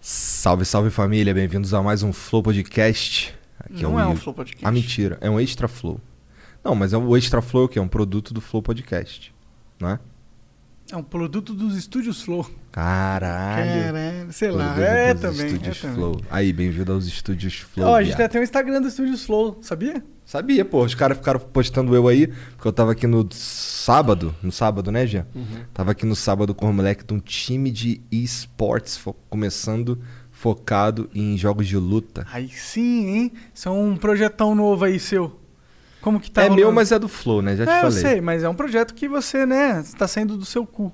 Salve, salve família, bem-vindos a mais um Flow Podcast. Aqui Não é um Will. Flow Podcast. Ah, mentira, é um Extra Flow. Não, mas é o Extra Flow que é um produto do Flow Podcast, não é? É um produto dos estúdios Flow. Caralho. Caralho, É, sei lá. Produto É dos também. Estúdios é também. Flow. Aí, bem-vindo aos Estúdios Flow. Ó, a gente tá- viado. tem até o Instagram do Estúdios Flow, sabia? Sabia, pô, os caras ficaram postando eu aí, porque eu tava aqui no sábado, no sábado, né, Jean? Uhum. Tava aqui no sábado com o moleque de um time de esportes, fo- começando focado em jogos de luta. Aí sim, hein? Isso é um projetão novo aí seu. Como que tá é meu, rolando? mas é do Flow, né? Já te é, eu falei. sei, mas é um projeto que você, né, tá saindo do seu cu.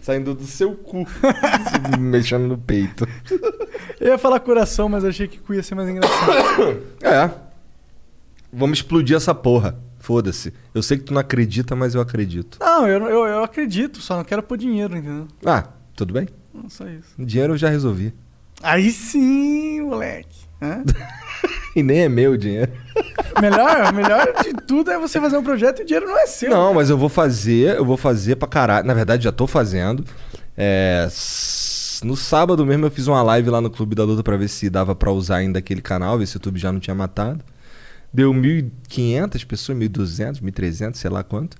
Saindo do seu cu, mexendo no peito. Eu ia falar coração, mas achei que cu ia ser mais engraçado. É. Vamos explodir essa porra. Foda-se. Eu sei que tu não acredita, mas eu acredito. não, eu, eu, eu acredito, só não quero pôr dinheiro, entendeu? Ah, tudo bem? Não, só isso. Dinheiro eu já resolvi. Aí sim, moleque. Hã? E nem é meu o dinheiro. melhor, melhor de tudo é você fazer um projeto e o dinheiro não é seu. Não, mas eu vou fazer, eu vou fazer pra caralho. Na verdade, já tô fazendo. É, s- No sábado mesmo eu fiz uma live lá no Clube da Luta pra ver se dava pra usar ainda aquele canal, ver se o YouTube já não tinha matado. Deu 1.500 pessoas, 1.200, 1.300, sei lá quanto.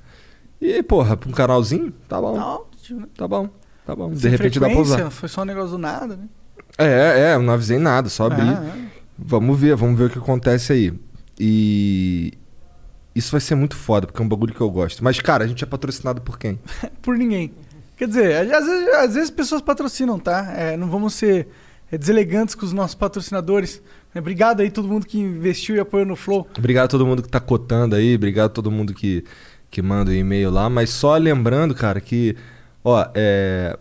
E, porra, pra um canalzinho, tá bom, Não, né? tá bom, tá bom. De Sem repente dá pra usar. frequência, Foi só um negócio do nada, né? É, é, eu não avisei nada, só abri. Ah, Vamos ver, vamos ver o que acontece aí. E. Isso vai ser muito foda, porque é um bagulho que eu gosto. Mas, cara, a gente é patrocinado por quem? é. por ninguém. Quer dizer, às vezes, às vezes pessoas patrocinam, tá? É, não vamos ser é, deselegantes com os nossos patrocinadores. É, Obrigado aí todo mundo que investiu e apoiou no Flow. Obrigado a todo mundo que tá cotando aí, obrigado a todo mundo que, que manda o e-mail lá, mas só lembrando, cara, que, ó, é.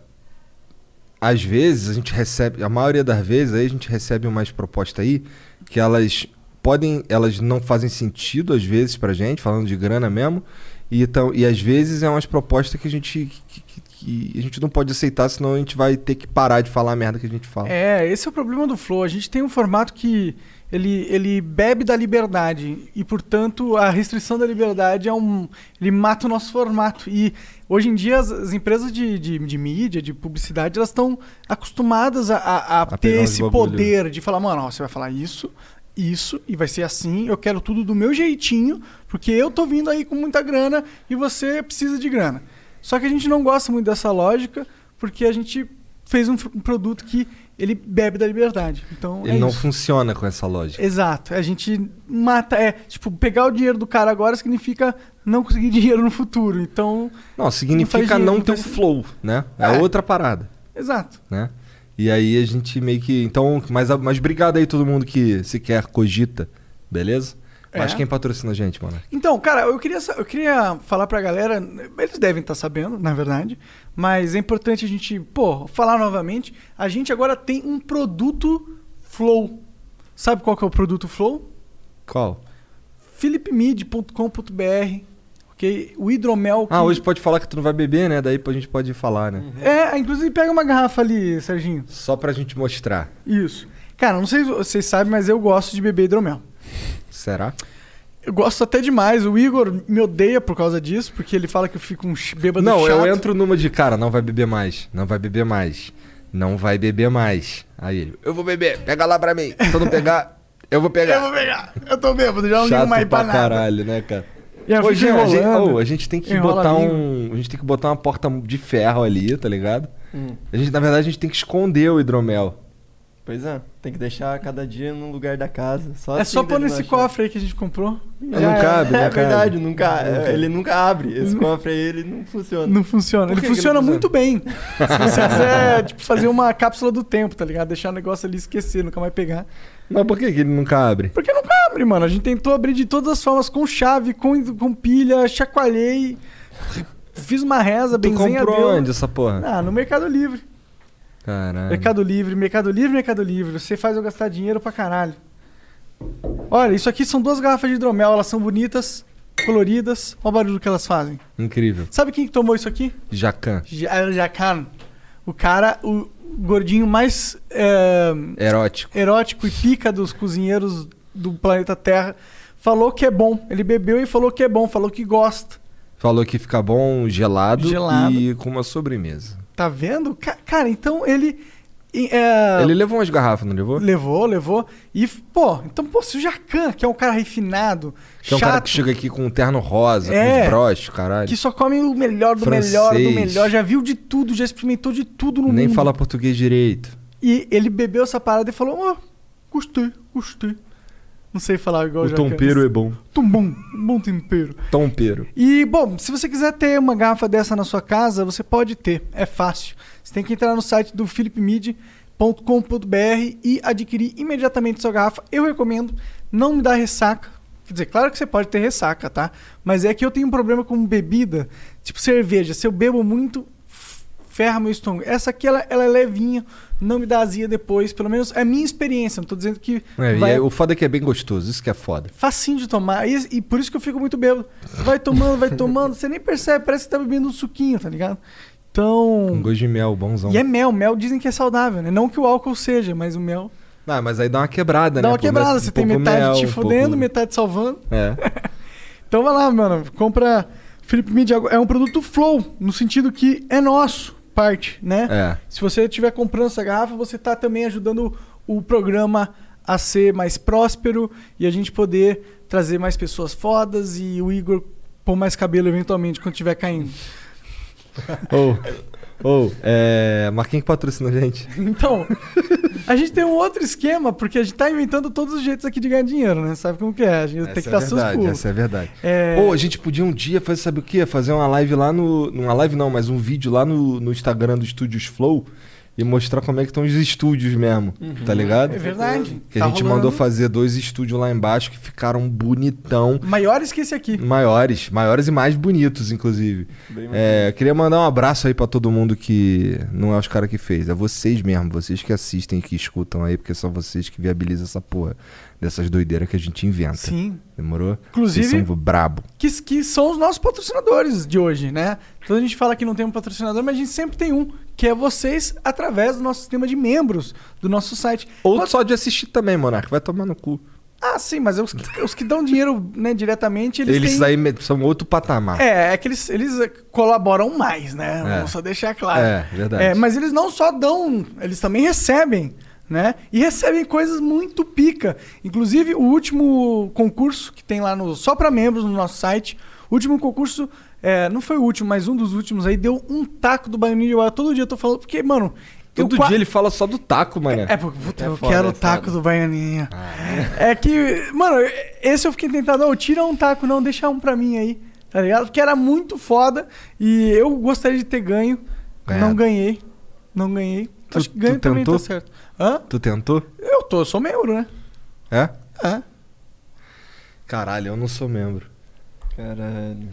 Às vezes a gente recebe, a maioria das vezes aí a gente recebe umas propostas aí que elas podem, elas não fazem sentido às vezes pra gente, falando de grana mesmo, e, então, e às vezes é umas propostas que a gente. Que, que- que a gente não pode aceitar, senão a gente vai ter que parar de falar a merda que a gente fala. É, esse é o problema do Flow. A gente tem um formato que ele, ele bebe da liberdade e, portanto, a restrição da liberdade é um. Ele mata o nosso formato. E hoje em dia as, as empresas de, de, de mídia, de publicidade, elas estão acostumadas a, a- a pegar ter uns esse bagulho. né? poder de falar, mano, ó, você vai falar isso. Isso, e vai ser assim, eu quero tudo do meu jeitinho, porque eu tô vindo aí com muita grana e você precisa de grana. Só que a gente não gosta muito dessa lógica, porque a gente fez um, fr- um produto que ele bebe da liberdade. Então Ele é não isso. funciona com essa lógica. Exato. A gente mata. É, tipo, pegar o dinheiro do cara agora significa não conseguir dinheiro no futuro. Então, Não, significa dinheiro, não, não ter um faz- flow, né? É, É. outra parada, exato. né? E aí a gente meio que. Então, mas, mas obrigado aí todo mundo que sequer cogita, beleza? Mas É. quem patrocina a gente, mano? Então, cara, eu queria, sa- eu queria falar pra galera, eles devem estar sabendo, na verdade, mas é importante a gente, pô, falar novamente. A gente agora tem um produto Flow. Sabe qual que é o produto Flow? Qual? philipmid.com.br, ok? O hidromel que... Ah, hoje pode falar que tu não vai beber, né? Daí a gente pode falar, né? É, inclusive pega uma garrafa ali, Serginho. Só pra gente mostrar. Isso. Cara, não sei se vocês sabem, mas eu gosto de beber hidromel. Será? Eu gosto até demais. O Igor me odeia por causa disso, porque ele fala que eu fico um ch- bêbado não, chato. eu entro numa de cara, não vai beber mais, não vai beber mais, não vai beber mais. Aí ele, eu vou beber, pega lá pra mim. Se eu não pegar, eu vou Eu pegar. vou pegar. Eu tô bêbado, já não ligo Chato mais pra, pra nada. caralho, né, cara? E eu Ô, fico Jean, a, gente, enrolando. ô, a gente tem que Enrola botar a língua. um. A gente tem que botar uma porta de ferro ali, tá ligado? A gente, na verdade, a gente tem que esconder o hidromel. Pois é, tem que deixar cada dia num lugar da casa. Só é assim só dele pôr não né, nesse achar. cofre aí que a gente comprou. Não Já é. cabe, não É cabe. verdade, nunca, Não cabe. ele nunca abre. Esse Não- cofre aí, ele não funciona. Não funciona. Por Ele que que ele funciona não muito bem. Se você quiser, tipo, fazer uma cápsula do tempo, tá ligado? Deixar o negócio ali esquecer, nunca mais pegar. Mas por que, que ele nunca abre? Porque nunca abre, mano. A gente tentou abrir de todas as formas, com chave, com, com pilha, chacoalhei, fiz uma reza, Tu benzinha comprou deu. onde essa porra? Ah, no Mercado Livre. Caralho. É. Mercado Livre, Mercado Livre, Mercado Livre. Você faz eu gastar dinheiro pra caralho. Olha, isso aqui são duas garrafas de hidromel. Elas são bonitas, coloridas. Olha o barulho que elas fazem. Incrível. Sabe quem que tomou isso aqui? Jacan. Ja- El Jacan. O cara, o gordinho mais é, Erótico. erótico e pica dos cozinheiros do planeta Terra. Falou que é bom. Ele bebeu e falou que é bom. Falou que gosta. Falou que fica bom gelado, Gelado. e com uma sobremesa. Tá vendo? Ca- cara, então ele... e, é, Ele levou umas garrafas, não levou? Levou, levou. E, pô, então, pô, se o Jacan, que é um cara refinado, Que é um chato, cara que chega aqui com um terno rosa, com É. uns broches, caralho. que só come o melhor do Francês. melhor do melhor, já viu de tudo, já experimentou de tudo no Nem mundo. fala português direito. E ele bebeu essa parada e falou: ó, gostei, gostei. Não sei falar igual o tompeiro é bom. Tão bom, um bom tempero. Tompeiro. E, bom, se você quiser ter uma garrafa dessa na sua casa, você pode ter, é fácil. Você tem que entrar no site do philipmid.com.br e adquirir imediatamente sua garrafa. Eu recomendo, não me dá ressaca. Quer dizer, claro que você pode ter ressaca, tá? Mas é que eu tenho um problema com bebida, tipo cerveja. Se eu bebo muito, f- ferra meu estômago. Essa aqui, ela, ela é levinha, não me dá azia depois. Pelo menos é a minha experiência, não tô dizendo que É, e vai é- o foda é que é bem gostoso, isso que é foda. facinho de tomar. E, e por isso que eu fico muito bêbado. Vai tomando, vai tomando, você nem percebe, parece que tá bebendo um suquinho, tá ligado? Um Então. gosto de mel, bonzão. E é mel, mel dizem que é saudável, né? Não que o álcool seja, mas o mel. Ah, mas aí dá uma quebrada, né? Dá uma Pô, quebrada, met- você um tem pouco metade mel, te um fudendo, pouco- metade salvando. É. Então vai lá, mano, compra. Felipe Media é um produto flow, no sentido que é nosso, parte, né? É. Se você estiver comprando essa garrafa, você está também ajudando o programa a ser mais próspero e a gente poder trazer mais pessoas fodas e o Igor pôr mais cabelo eventualmente quando estiver caindo. Ou, ou, é. Marquinhos que patrocina a gente. Então, a gente tem um outro esquema, porque a gente está inventando todos os jeitos aqui de ganhar dinheiro, né? Sabe como que é? A gente tem que Essa dar é seus verdade, pulos. essa é verdade. É, Ou a gente podia um dia fazer, sabe o quê? Fazer uma live lá no. Uma live não, mas um vídeo lá no, no Instagram do Estúdios Flow e mostrar como é que estão os estúdios mesmo, tá ligado? é verdade. Que Tá a gente rolando. mandou fazer dois estúdios lá embaixo que ficaram bonitão. Maiores que esse aqui. Maiores, maiores e mais bonitos, inclusive. Bem mais É, eu queria mandar um abraço aí pra todo mundo que não é os caras que fez, é vocês mesmo, vocês que assistem e que escutam aí, porque são vocês que viabilizam essa porra dessas doideiras que a gente inventa. Sim. Demorou? Inclusive- Vocês são brabo. que, que são os nossos patrocinadores de hoje, né? Então a gente fala que não tem um patrocinador, mas a gente sempre tem um, que é vocês através do nosso sistema de membros do nosso site. Ou Quanto- só de assistir também, Monark, vai tomar no cu. Ah, sim, mas os, que- os que dão dinheiro né, diretamente, eles, Eles, têm... aí me- são outro patamar. É, é que eles, eles eh, colaboram mais, né? É. Vamos só deixar claro. É, verdade. É, mas eles não só dão, eles também recebem, né? E recebem coisas muito pica. Inclusive, o último concurso que tem lá no só para membros no nosso site, o último concurso, é, não foi o último, mas um dos últimos aí, deu um taco do Bayern de Wild. Todo dia eu tô falando, porque, mano... eu Todo qua- dia ele fala só do taco, mano. é, porque, puta, É eu foda, quero é o taco foda. Ah. do Baianinha. É que, mano, esse eu fiquei tentado, não, tira um taco, não, deixa um pra mim aí, tá ligado? Porque era muito foda e eu gostaria de ter ganho. É. Ganhado. Não ganhei. Não ganhei. Tu- Acho que tu ganho também tentou? tá certo. Hã? Tu tentou? Eu tô, eu sou membro, né? É? Hã? Caralho, eu não sou membro. Caralho.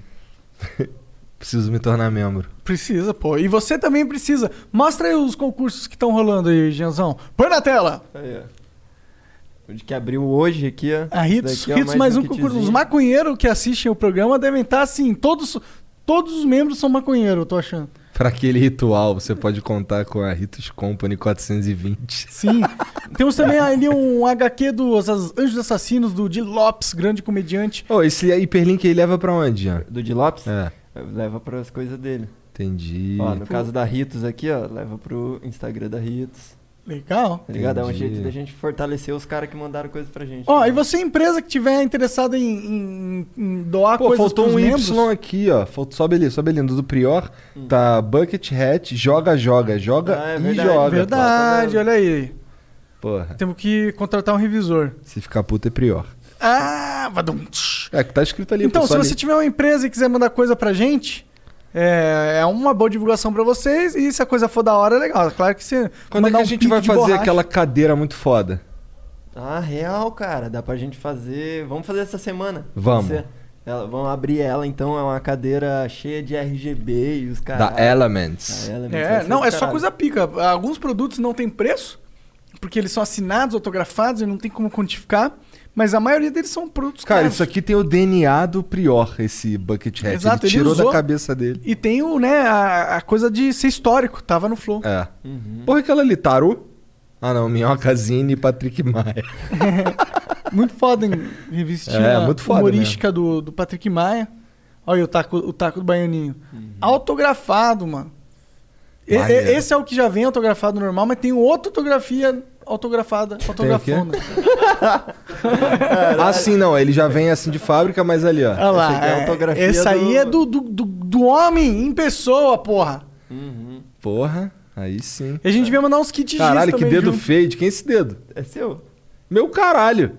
Preciso me tornar membro. Precisa, pô. E você também precisa. Mostra aí os concursos que estão rolando aí, Genzão. Põe na tela! Aí, ó. Onde que abriu hoje aqui, ó. A Hits, Ah, Esse daqui, é ó, Hits mais um kitzinho. concurso. Os maconheiros que assistem o programa devem estar assim, todos, todos os membros são maconheiros, eu tô achando. Pra aquele ritual, você pode contar com a Ritos Company 420. Sim. Temos também ali um HQ dos Anjos Assassinos, do Di Lopes, grande comediante. Ô, esse hiperlink aí leva pra onde, Jean? Do de Lopes? É, Leva para as coisas dele. entendi. Ó, no caso da Ritos aqui, ó, leva pro Instagram da Ritos. Legal. Tá ligado? É um Entendi. jeito da gente fortalecer os caras que mandaram coisa pra gente. Ó, tá e ligado? você, empresa que tiver interessada em, em- em doar Pô, coisas faltou pros um membros, Y aqui, ó. Faltou, sobe ali, sobe ali. No do Prior, tá Bucket Hat, joga, joga, joga Hum. Ah, é e verdade, joga. verdade. Verdade, olha aí. Pô, Porra. Temos que contratar um revisor. Se ficar puto é prior. Ah, vadum. tsh. É que tá escrito ali. Então, pô, se só você ali. tiver uma empresa e quiser mandar coisa pra gente, é, é uma boa divulgação pra vocês. E se a coisa for da hora, é legal. Claro que se. Quando é que mandar a um gente pique vai de fazer borracha- aquela cadeira muito foda? Ah, real, cara. Dá pra gente fazer. Vamos fazer essa semana. Pode Vamos. ser? Ela, vamos abrir ela, então. É uma cadeira cheia de RGB e os Ah, caras. Da Elements. É, não, é só coisa pica. Alguns produtos não tem preço, porque eles são assinados, autografados e não tem como quantificar. Mas a maioria deles são produtos é? Cara, caros. isso aqui tem o DNA do prior, esse bucket hat. ele Exato, ele tirou da usou. cabeça dele. E tem o, né, a, a coisa de ser histórico, tava no flow. É. Uhum. Porra, aquela ali, tarô? Ah não, Minhocazine e Patrick Maia. Muito foda em revistinha É, muito foda humorística do, do Patrick Maia. Olha aí o taco, o taco do baianinho. Uhum. Autografado, mano. E- e- Maneiro. esse é o que já vem autografado normal, mas tem outra autografia autografada, autografona. Ah, sim, não. Ele já vem assim de fábrica, mas ali, ó. Olha lá, Essa aqui é a é- autografia essa aí do- é do, do, do, do homem em pessoa, porra. Uhum. Porra, aí sim. E a gente devia mandar uns kits Caralho, que também dedo junto. feio. De quem é esse dedo? É seu? Meu caralho.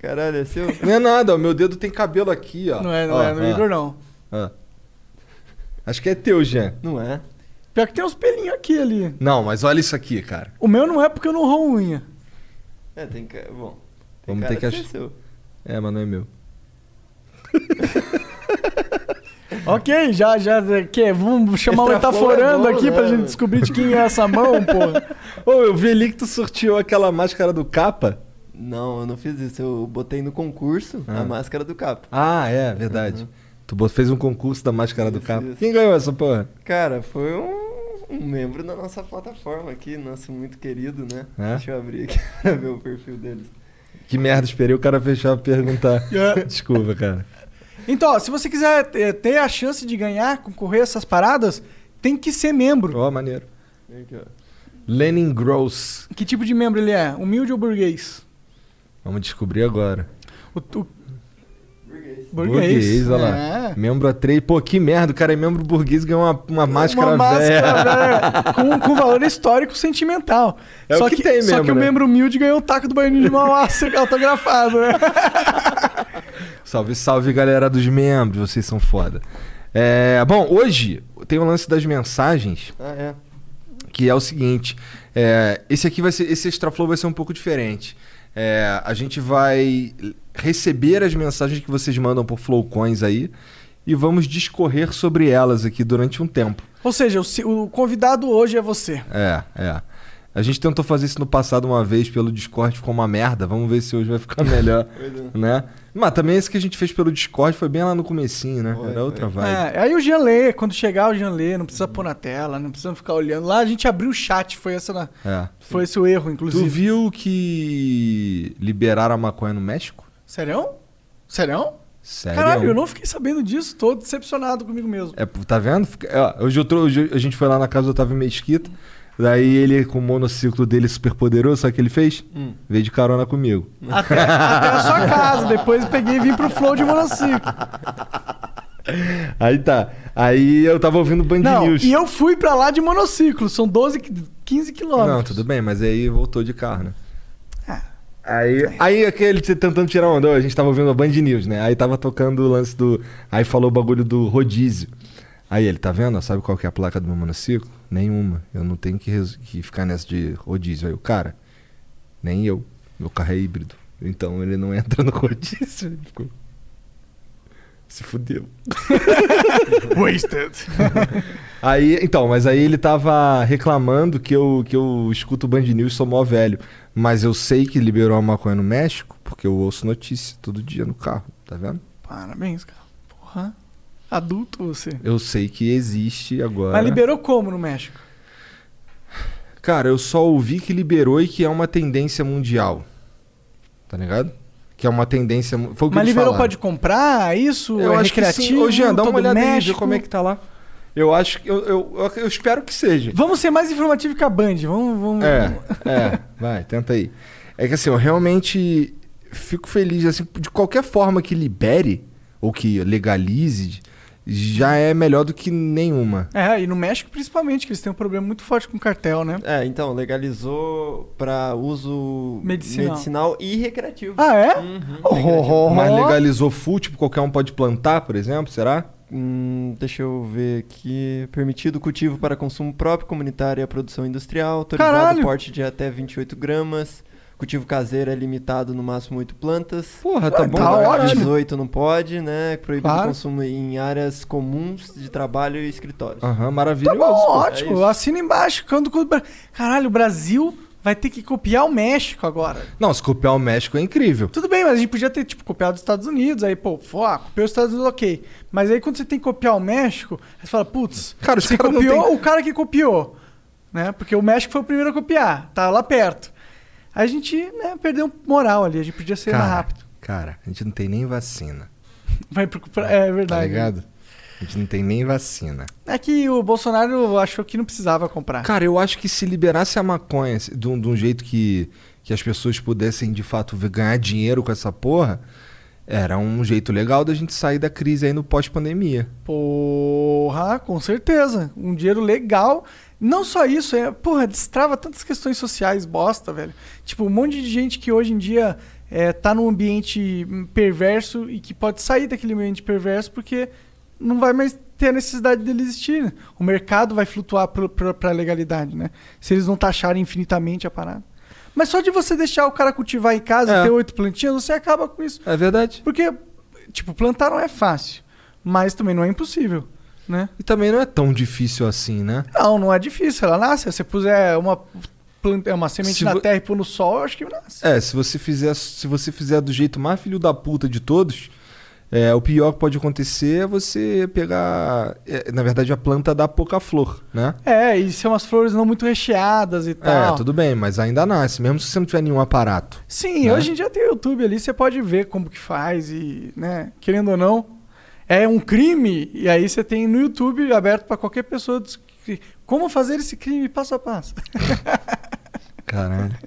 Caralho, é seu? Não é nada, ó. Meu dedo tem cabelo aqui, ó. Não é, não Ó, é, no ó, Igor não. ó. Acho que é teu, Jean. Não é? Pior que tem uns pelinhos aqui ali. Não, mas olha isso aqui, cara. O meu não é porque eu não roo unha. É, tem que. Bom. Tem Vamos cara ter que de ach- ser seu. É, mas não é meu. Ok, já, já, que, vamos chamar o Extraforo é Itaforando bom, aqui né, pra gente mano? descobrir de quem é essa mão, porra. Ô, eu vi ali que tu sorteou aquela máscara do capa. Não, eu não fiz isso. Eu botei no concurso Ah. a máscara do capa. Ah, é, verdade. Uhum. Tu bot- fez um concurso da máscara do Isso, capa. isso. Quem ganhou essa porra? Cara, foi um, um membro da nossa plataforma aqui, nosso muito querido, né? É? Deixa eu abrir aqui pra ver o perfil deles. Que merda, esperei o cara fechar pra perguntar. É. Desculpa, cara. Então, ó, se você quiser eh, ter a chance de ganhar, concorrer a essas paradas, tem que ser membro. Ó, maneiro. Vem Aqui, ó. Lenin Gross. Que tipo de membro ele é? Humilde ou burguês? Vamos descobrir agora. O, o- Burguês. burguês. olha lá. É. Membro a 3. Pô, que merda, o cara é membro burguês e ganhou uma, uma máscara uma velha. máscara velha. com, com valor histórico sentimental. É o só que tem Só mesmo, que o né? membro humilde ganhou o taco do banho de Mauá autografado, né? Salve, salve, galera dos membros. Vocês são foda. É, bom, hoje tem o lance das mensagens. Ah, é. que é o seguinte: é, esse aqui vai ser, esse extra flow vai ser um pouco diferente. É, a gente vai receber as mensagens que vocês mandam por Flowcoins aí e vamos discorrer sobre elas aqui durante um tempo. Ou seja, o, se- o convidado hoje é você. É, é. A gente tentou fazer isso no passado uma vez pelo Discord, ficou uma merda. Vamos ver se hoje vai ficar melhor, Pois é. né? Mas também esse que a gente fez pelo Discord foi bem lá no comecinho, né? Foi, Era outra vibe. É, aí o Jean lê, quando chegar o Jean lê, não precisa pôr na tela, não precisa ficar olhando. Lá a gente abriu o chat, foi, essa, na- É. foi esse o erro, Tu inclusive. viu que liberaram a maconha no México? Sério? Sério? Sério? Caralho, eu não fiquei sabendo disso, tô decepcionado comigo mesmo. É, tá vendo? Fica- ó, Hoje, eu trou- hoje a gente foi lá na casa do Otávio Mesquita. Daí ele, com o monociclo dele super poderoso, sabe o que ele fez? Hum. Veio de carona comigo. Até, até a sua casa, depois eu peguei e vim pro Flow de Monociclo. Aí tá. Aí eu tava ouvindo Band Não, News. e eu fui pra lá de monociclo, são 12, qui- 15 quilômetros. Não, tudo bem, mas aí voltou de carro, né? Ah. Aí, aí aquele t- tentando tirar onda, a gente tava ouvindo a Band News, né? Aí tava tocando o lance do. Aí falou o bagulho do rodízio. Aí ele, tá vendo? Sabe qual que é a placa do meu monociclo? Nenhuma. Eu não tenho que, res- que ficar nessa de rodízio. Aí o cara, nem eu. Meu carro é híbrido. Então ele não entra no rodízio. Ele ficou. Se fudeu. Wasted. Aí, então, mas aí ele tava reclamando que eu, que eu escuto Band News, sou mó velho. Mas eu sei que liberou a maconha no México, porque eu ouço notícia todo dia no carro, tá vendo? Parabéns, cara. Porra. Adulto você. Eu sei que existe agora. Mas liberou como no México? Cara, eu só ouvi que liberou e que é uma tendência mundial. Tá ligado? Que é uma tendência. mu- Foi o que Mas eles liberou falaram. pode comprar isso? Eu é acho que recreativo, sim. Ô, Jean, dá uma todo olhada aí, vê México? como é que tá lá. Eu acho que. Eu, eu, eu, eu espero que seja. Vamos ser mais informativo que a Band. Vamos. vamos... É, é, vai, tenta aí. É que assim, eu realmente fico feliz, assim, de qualquer forma que libere ou que legalize, já é melhor do que nenhuma. É, e no México principalmente, que eles têm um problema muito forte com cartel, né? É, então, legalizou pra uso Medicinal. medicinal e recreativo. Ah, é? Uhum. Oh, Mas legalizou full, tipo, qualquer um pode plantar, por exemplo, será? Hum, deixa eu ver aqui. Permitido cultivo para consumo próprio, comunitário e a produção industrial. Autorizado Caralho! porte de até 28 gramas. Cultivo caseiro é limitado no máximo 8 plantas. Porra, tá tá bom. bom. Tá ótimo. 18 não pode, né? Proibido Claro. o consumo em áreas comuns de trabalho e escritórios. Aham, Tá maravilhoso. bom, é ótimo. isso. Assina embaixo. Quando... quando- Caralho, o Brasil vai ter que copiar o México agora. Não, se copiar o México é incrível. Tudo bem, mas a gente podia ter, tipo, copiado os Estados Unidos. Aí, pô, pô, ah, copiou os Estados Unidos, ok. Mas aí quando você tem que copiar o México, aí você fala, putz, Cara, os você caras não copiou tem- o cara que copiou. Né? Porque o México foi o primeiro a copiar, tá lá perto. Aí A gente né, perdeu moral ali, a gente podia ser mais Cara, rápido. cara, a gente não tem nem vacina, Vai pro- pra- é tá verdade. ligado? A gente não tem nem vacina. é que o Bolsonaro achou que não precisava comprar. Cara, eu acho que se liberasse a maconha se- de um, de um jeito que, que as pessoas pudessem de fato ver- ganhar dinheiro com essa porra, era um jeito legal da gente sair da crise aí no pós-pandemia. Porra, com certeza. Um dinheiro legal. Não só isso, é, porra, destrava tantas questões sociais bosta, velho. Tipo, um monte de gente que hoje em dia é, tá num ambiente hum, perverso e que pode sair daquele ambiente perverso porque não vai mais ter a necessidade dele existir. né? O mercado vai flutuar pro- pra pra legalidade, né? Se eles não taxarem infinitamente a parada. Mas só de você deixar o cara cultivar em casa É. e ter oito plantinhas, você acaba com isso. É verdade. Porque, tipo, plantar não é fácil, mas também não é impossível, né? E também não é tão difícil assim, né? Não, não é difícil. Ela nasce. Se você puser uma, planta, é uma semente Se na vo- terra e pôr no sol, eu acho que nasce. É, se você fizer, se você fizer do jeito mais filho da puta de todos, é, o pior que pode acontecer é você pegar, é, na verdade, a planta dá pouca flor, né? É, e são umas flores não muito recheadas e tal. É, tudo bem, mas ainda nasce, mesmo se você não tiver nenhum aparato. Sim, né? hoje em dia tem YouTube ali, você pode ver como que faz e, né, querendo ou não, é um crime. E aí você tem no YouTube aberto pra qualquer pessoa des- que- como fazer esse crime passo a passo. Caralho. Ah,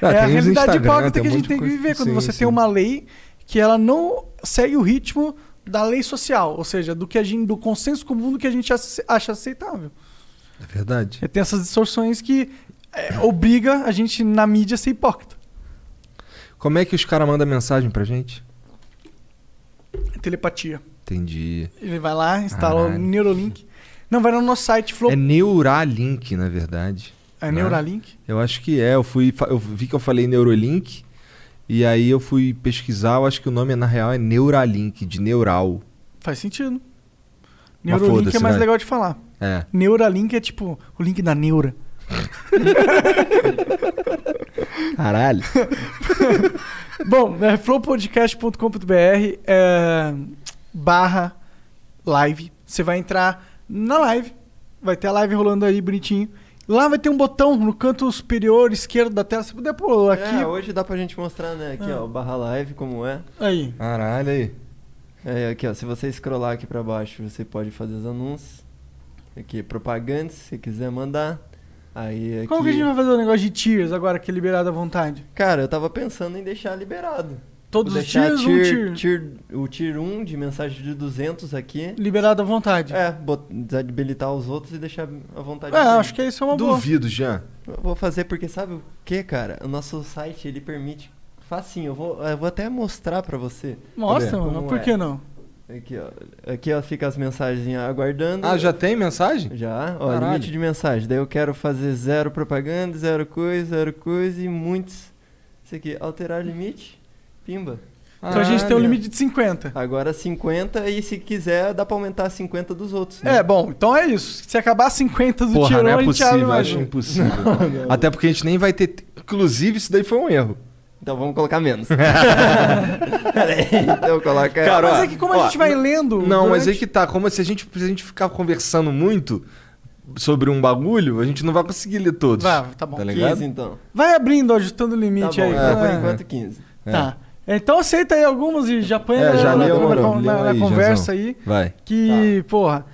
Tá, é a realidade hipócrita um que a gente tem que viver quando você tem uma lei que ela não segue o ritmo da lei social, ou seja, do que a gente, do consenso comum do que a gente ace- acha aceitável. É verdade. E Tem essas distorções que é, obriga a gente na mídia a ser hipócrita. Como é que os caras mandam mensagem pra gente? É Telepatia. Entendi. Ele vai lá, instala o Caralho. Neuralink. Não, vai no nosso site Flow. É né? Neuralink, na verdade. É, Neuralink. Eu acho que é. Eu fui, fa- eu vi que eu falei Neurolink e aí eu fui pesquisar. Eu acho que o nome na real é Neuralink de neural. Faz sentido. Mas Neuralink foda-se, é mais vai. legal de falar. É. Neuralink é tipo o link da neura. Caralho. Bom, é flowpodcast.com.br é, barra live. Você vai entrar na live, vai ter a live rolando aí bonitinho. Lá vai ter um botão no canto superior esquerdo da tela. Se puder pôr aqui. É, hoje dá pra gente mostrar, né? Aqui, Ah. ó, o barra live, como é. Aí. Caralho aí. É, aqui, ó, se você scrollar aqui pra baixo, você pode fazer os anúncios. Aqui, propagandas, se quiser mandar. Aí aqui... Como que a gente vai fazer o negócio de tiers agora que é liberado à vontade? Cara, eu tava pensando em deixar liberado. Todos Vou os deixar tiers, um tier, tier. tier- O tier 1 de mensagem de 200 aqui. Liberado à vontade. É, bot- desabilitar os outros e deixar à vontade. É, acho que isso é uma boa. Duvido, Jean. Eu Vou fazer porque sabe o que, cara? O nosso site, ele permite... Facinho, eu vou, eu vou até mostrar pra você. Mostra, Cadê? mano. Como Por é? que não? Aqui, ó. Aqui, ó, fica as mensagens aguardando. Ah, já tem mensagem? Já, ó, Caralho. limite de mensagem. Daí eu quero fazer zero propaganda, zero coisa, zero coisa e muitos. Isso aqui, alterar limite, pimba. Então a Ah, gente tem um Caralho. é. limite de 50. Agora 50 e se quiser dá pra aumentar 50 dos outros. né? É, bom, então é isso. Se acabar 50 do Porra, tier não 1, a é gente abre possível, mais acho um. impossível. Até porque a gente nem vai ter. Inclusive, isso daí foi um erro. Então vamos colocar menos. Peraí, então coloca. Cara, Mas ó, é que como a ó, gente vai lendo. Não, mas aí durante- que tá. Como se a gente, se a gente ficar conversando muito sobre um bagulho, a gente não vai conseguir ler todos. Vai, tá bom. Tá 15 ligado? então. Vai abrindo, ajustando o Tá limite bom, é. aí. então, por né? enquanto 15. Tá. Então aceita aí algumas e já põe É, na- já na, leu, na- mano, na- leu na aí, Tá. conversa aí. Vai. Que, porra.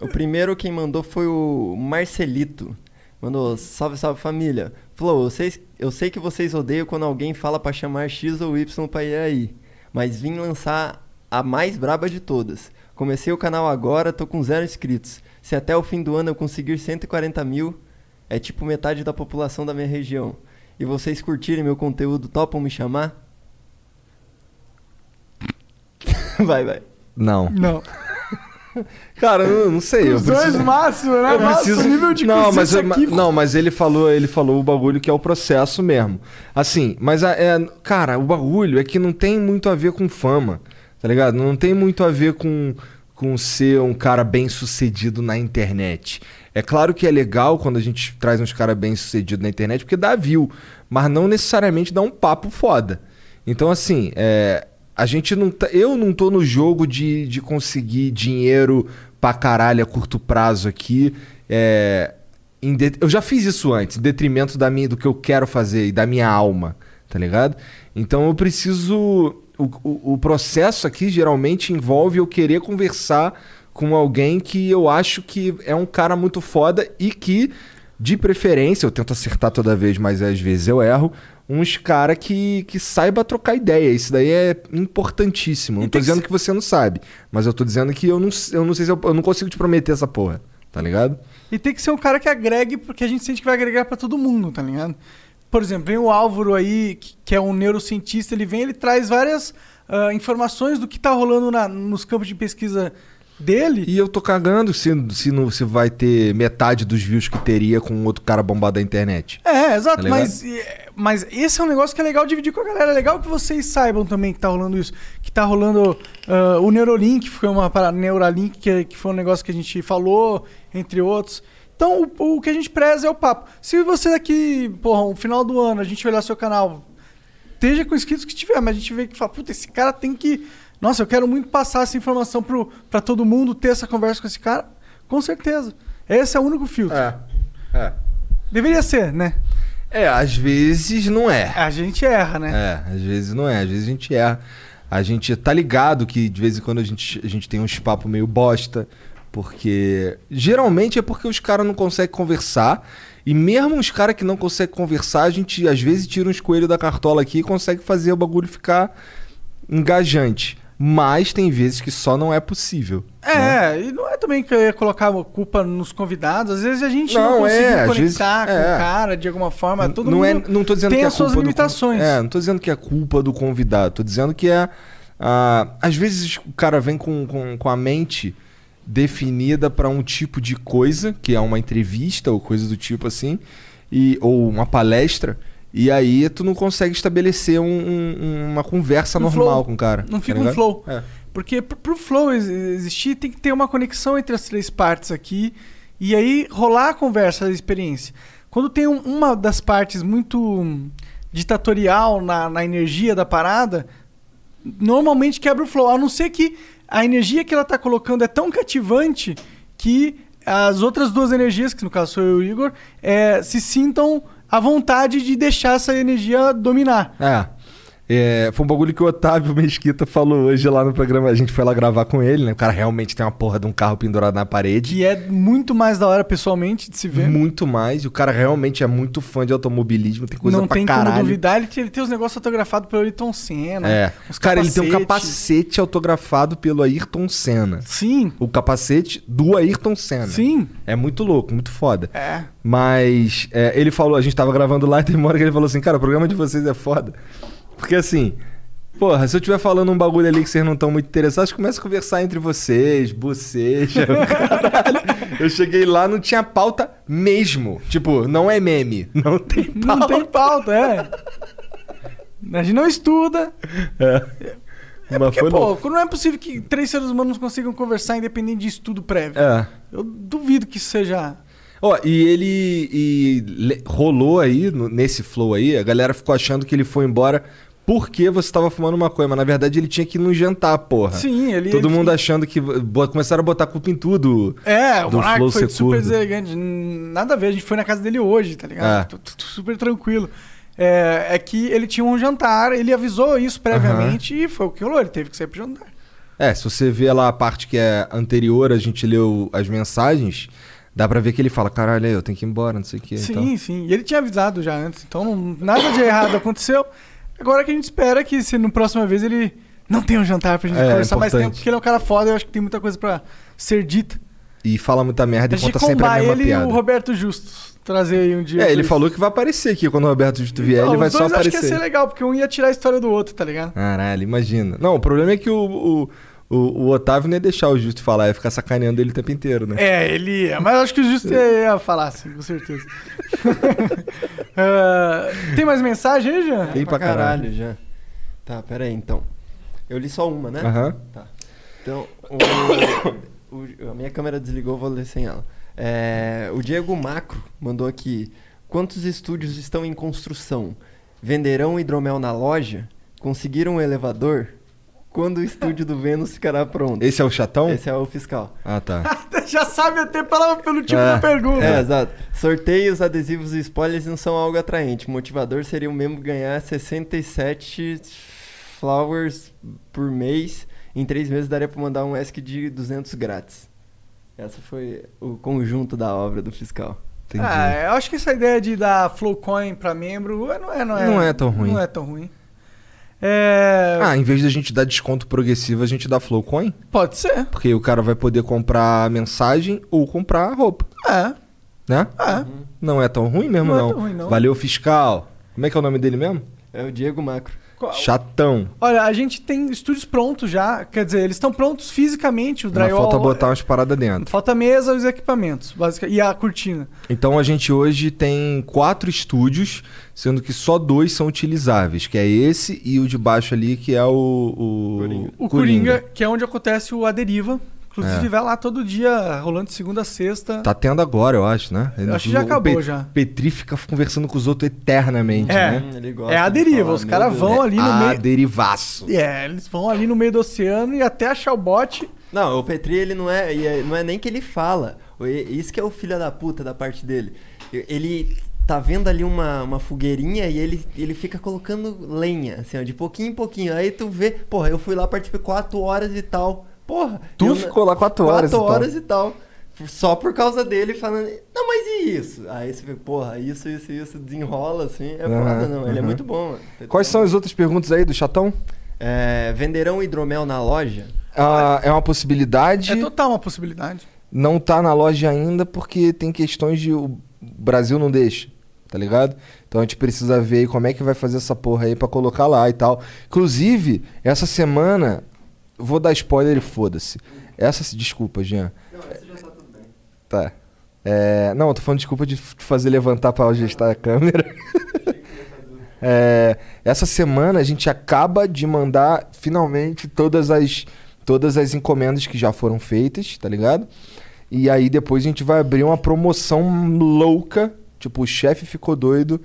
O primeiro quem mandou foi o Marcelito. Mandou, salve, salve família. Falou, vocês, eu sei que vocês odeiam quando alguém fala pra chamar X ou Y pra ir aí. Mas vim lançar a mais braba de todas. Comecei o canal agora, tô com zero inscritos. Se até o fim do ano eu conseguir 140 mil, é tipo metade da população da minha região. E vocês curtirem meu conteúdo, topam me chamar? Vai, vai. Não. Não. Cara, eu não sei. Eu Os dois preciso... máximo, né? Eu Máximo preciso- nível de não, mas, eu- consciência aqui. ma- não, mas ele falou, ele falou o bagulho que é o processo mesmo. Assim, mas a- é, cara, o bagulho é que não tem muito a ver com fama, tá ligado? Não tem muito a ver com com ser um cara bem sucedido na internet. É claro que é legal quando a gente traz uns caras bem sucedidos na internet porque dá view, mas não necessariamente dá um papo foda. Então assim, é, a gente não tá, eu não tô no jogo de, de conseguir dinheiro pra caralho a curto prazo aqui. É, em det- eu já fiz isso antes, em detrimento da minha, do que eu quero fazer e da minha alma, tá ligado? Então eu preciso. O, o- o processo aqui geralmente envolve eu querer conversar com alguém que eu acho que é um cara muito foda e que, de preferência, eu tento acertar toda vez, mas às vezes eu erro. Uns cara que, que saiba trocar ideia. Isso daí é importantíssimo. Não tô tem que dizendo ser- que você não sabe, mas eu tô dizendo que eu não, eu não sei se eu, eu não consigo te prometer essa porra, tá ligado? E tem que ser um cara que agregue, porque a gente sente que vai agregar pra todo mundo, tá ligado? Por exemplo, vem o Álvaro aí, que, que é um neurocientista, ele vem ele traz várias ah, informações do que tá rolando na- nos campos de pesquisa dele. E eu tô cagando se, se, não, se vai ter metade dos views que teria com outro cara bombado da internet. É, exato, Tá ligado? mas, é, mas esse é um negócio que é legal dividir com a galera. É legal que vocês saibam também que tá rolando isso. Que tá rolando ah, o Neurolink, foi uma parada, Neuralink, que, que foi um negócio que a gente falou, entre outros. Então, o, o que a gente preza é o papo. Se você daqui, porra, no final do ano, a gente olhar seu canal, esteja com inscritos que tiver, mas a gente vê que fala, puta, esse cara tem que. Nossa, eu quero muito passar essa informação pro, pra todo mundo, ter essa conversa com esse cara. Com certeza. Esse é o único filtro. É. Deveria ser, né? É, às vezes não é. A gente erra, né? É, às vezes não é. Às vezes a gente erra. A gente tá ligado que de vez em quando a gente, a gente tem uns papos meio bosta. Porque. Geralmente é porque os caras não conseguem conversar. E mesmo os caras que não conseguem conversar, a gente às vezes tira uns coelhos da cartola aqui e consegue fazer o bagulho ficar engajante. Mas tem vezes que só não é possível. né? É, e não é também que eu ia colocar a culpa nos convidados. Às vezes a gente não, Não, conseguiu é, às conectar vezes- com é. o cara de alguma forma. Ah, Todo não mundo é, não tô dizendo tem que é as suas culpa do con- limitações. é, não tô dizendo que é culpa do convidado. Tô dizendo que é. ah, às vezes o cara vem com, com, com a mente definida para um tipo de coisa, que é uma entrevista ou coisa do tipo assim, e, ou uma palestra, e aí tu não consegue estabelecer um- um- uma conversa Um normal flow. com o cara. Não tá fica um ligado? flow. É. Porque pro, pro flow ex- existir, tem que ter uma conexão entre as três partes aqui. E aí rolar a conversa, a experiência. Quando tem um- uma das partes muito hum, ditatorial na, na energia da parada, normalmente quebra o flow. A não ser que a energia que ela tá colocando é tão cativante que as outras duas energias, que no caso sou eu e o Igor, eh, se sintam à vontade de deixar essa energia dominar. É. É, foi um bagulho que o Otávio Mesquita falou hoje lá no programa. A gente foi lá gravar com ele, né? O cara realmente tem uma porra de um carro pendurado na parede. Que é muito mais da hora pessoalmente de se ver. Muito mais. E o cara realmente é muito fã de automobilismo, tem coisa não pra tem como caralho. duvidar. Ele, ele tem os negócios autografados pelo Ayrton Senna. é. os Cara, ele tem um capacetes. capacete autografado pelo Ayrton Senna. Sim, O capacete do Ayrton Senna. sim. É muito louco, muito foda. É. Mas é, ele falou, a gente tava gravando lá e tem uma hora que ele falou assim, cara, o programa de vocês é foda. Porque assim, porra, se eu estiver falando um bagulho ali que vocês não estão muito interessados, começa a conversar entre vocês, boceja, caralho. Eu cheguei lá, não tinha pauta mesmo. Tipo, não é meme, não tem pauta. Não tem pauta, é. A gente não estuda. É. Mas Porque, foi pô, louco. não é possível que três seres humanos consigam conversar independente de estudo prévio. É. Eu duvido que isso seja. Ó, e ele e le- rolou aí, no- nesse flow aí, a galera ficou achando que ele foi embora porque você tava fumando maconha, mas na verdade ele tinha que ir num jantar, porra. Sim, ele. Todo ele- mundo achando que. bo- Começaram a botar culpa em tudo. É, o do Monark flow foi ser super curto. deselegante. Nada a ver, a gente foi na casa dele hoje, tá ligado? É. Tô- tô- tô Super tranquilo. É, é que ele tinha um jantar, ele avisou isso previamente e foi o que rolou, ele teve que sair pro jantar. É, se você vê lá a parte que é anterior, a gente leu as mensagens, dá pra ver que ele fala: caralho, eu tenho que ir embora, não sei o que. sim, sim. E ele tinha avisado já antes, então não- nada de errado aconteceu. Agora que a gente espera que se na próxima vez ele Não tem um jantar pra gente É, conversar mais importante. tempo, porque ele é um cara foda, eu acho que tem muita coisa pra ser dita. E fala muita merda A e gente conta sempre a combar mesma ele e piada. o Roberto Justus. Trazer aí um dia. É, pra ele isso. falou que vai aparecer aqui quando o Roberto Justo vier, Não, ele vai os dois só eu acho que ia aparecer. ser legal, porque um ia tirar a história do outro, tá ligado? Caralho, imagina. Não, o problema é que o, o, o, o Otávio não ia deixar o Justo falar, ia ficar sacaneando ele o tempo inteiro, né? É, ele ia, mas eu acho que o Justo ia, ia falar, sim, com certeza. Ah, tem mais mensagem aí, Jean? Tem pra caralho. já. Tá, pera aí então. Eu li só uma, né? Aham. Tá. Então, o- o- a minha câmera desligou, vou ler sem ela. É, o Diego Macro mandou aqui: Quantos estúdios estão em construção? Venderão hidromel na loja? Conseguiram um elevador? Quando o estúdio do Vênus ficará pronto? Esse é o chatão? Esse é o fiscal. Ah, tá. Já sabe até pela, pelo tipo É, da pergunta. É, exato. Sorteios, adesivos e spoilers não são algo atraente. O motivador seria o mesmo ganhar 67 flowers por mês. Em três meses daria pra mandar um ESC de 200 grátis. Essa foi o conjunto da obra do fiscal. Entendi. Ah, eu acho que essa ideia de dar Flowcoin pra membro eh, não é, não é, Não é tão ruim. Não é tão ruim. É, Ah, em vez da gente dar desconto progressivo, a gente dá Flowcoin? Pode ser. Porque o cara vai poder comprar mensagem ou comprar roupa, É, né? é. Não é tão ruim mesmo, Não é não. tão ruim, não. Valeu, fiscal. Como é que é o nome dele mesmo? É o Diego Macro. Co- Chatão. Olha, a gente tem estúdios prontos já. Quer dizer, eles estão prontos fisicamente. O Mas drywall. é falta botar umas paradas dentro. Falta a mesa e os equipamentos, basicamente. E a cortina. Então a gente hoje tem quatro estúdios, sendo que só dois são utilizáveis, que é esse e o de baixo ali, que é o... O Coringa. O Coringa, que é onde acontece o A Deriva. Inclusive, É. vai lá todo dia, rolando de segunda a sexta. Tá tendo agora, eu acho, né? Eu acho que já O acabou, Pe- já. Petri fica conversando com os outros eternamente, É. né? Hum, ele gosta É a de deriva, falar, os meu caras Deus. vão ali no ah, meio. derivaço. É, eles vão ali no meio do oceano e até achar o bote. Não, o Petri, ele não é, e é- não é nem que ele fala. O- e- Isso que é o filho da puta da parte dele. E- Ele tá vendo ali uma, uma fogueirinha e ele, ele fica colocando lenha, assim, ó, de pouquinho em pouquinho. Aí tu vê, porra, eu fui lá, participei quatro horas e tal. Porra. Tu eu- ficou lá quatro horas e Quatro tal. horas e tal. Só por causa dele falando, não, mas e isso? Aí você vê, porra, isso, isso, isso, desenrola, assim. É Aham, foda, não. Ele é aham. muito bom, mano. Quais são as outras perguntas aí do chatão? É, venderão hidromel na loja? Ah, é uma possibilidade. É total uma possibilidade. não tá na loja ainda porque tem questões de o Brasil não deixa, tá ligado? Então a gente precisa ver aí como é que vai fazer essa porra aí pra colocar lá e tal. Inclusive, essa semana vou dar spoiler e foda-se. Essa se desculpa, Jean. Não, essa já tá tudo bem. Tá. É, não, eu tô falando desculpa de f- te fazer levantar pra ajustar a câmera. É, essa semana a gente acaba de mandar finalmente todas as todas as encomendas que já foram feitas, tá ligado? E aí depois a gente vai abrir uma promoção louca, tipo o chefe ficou doido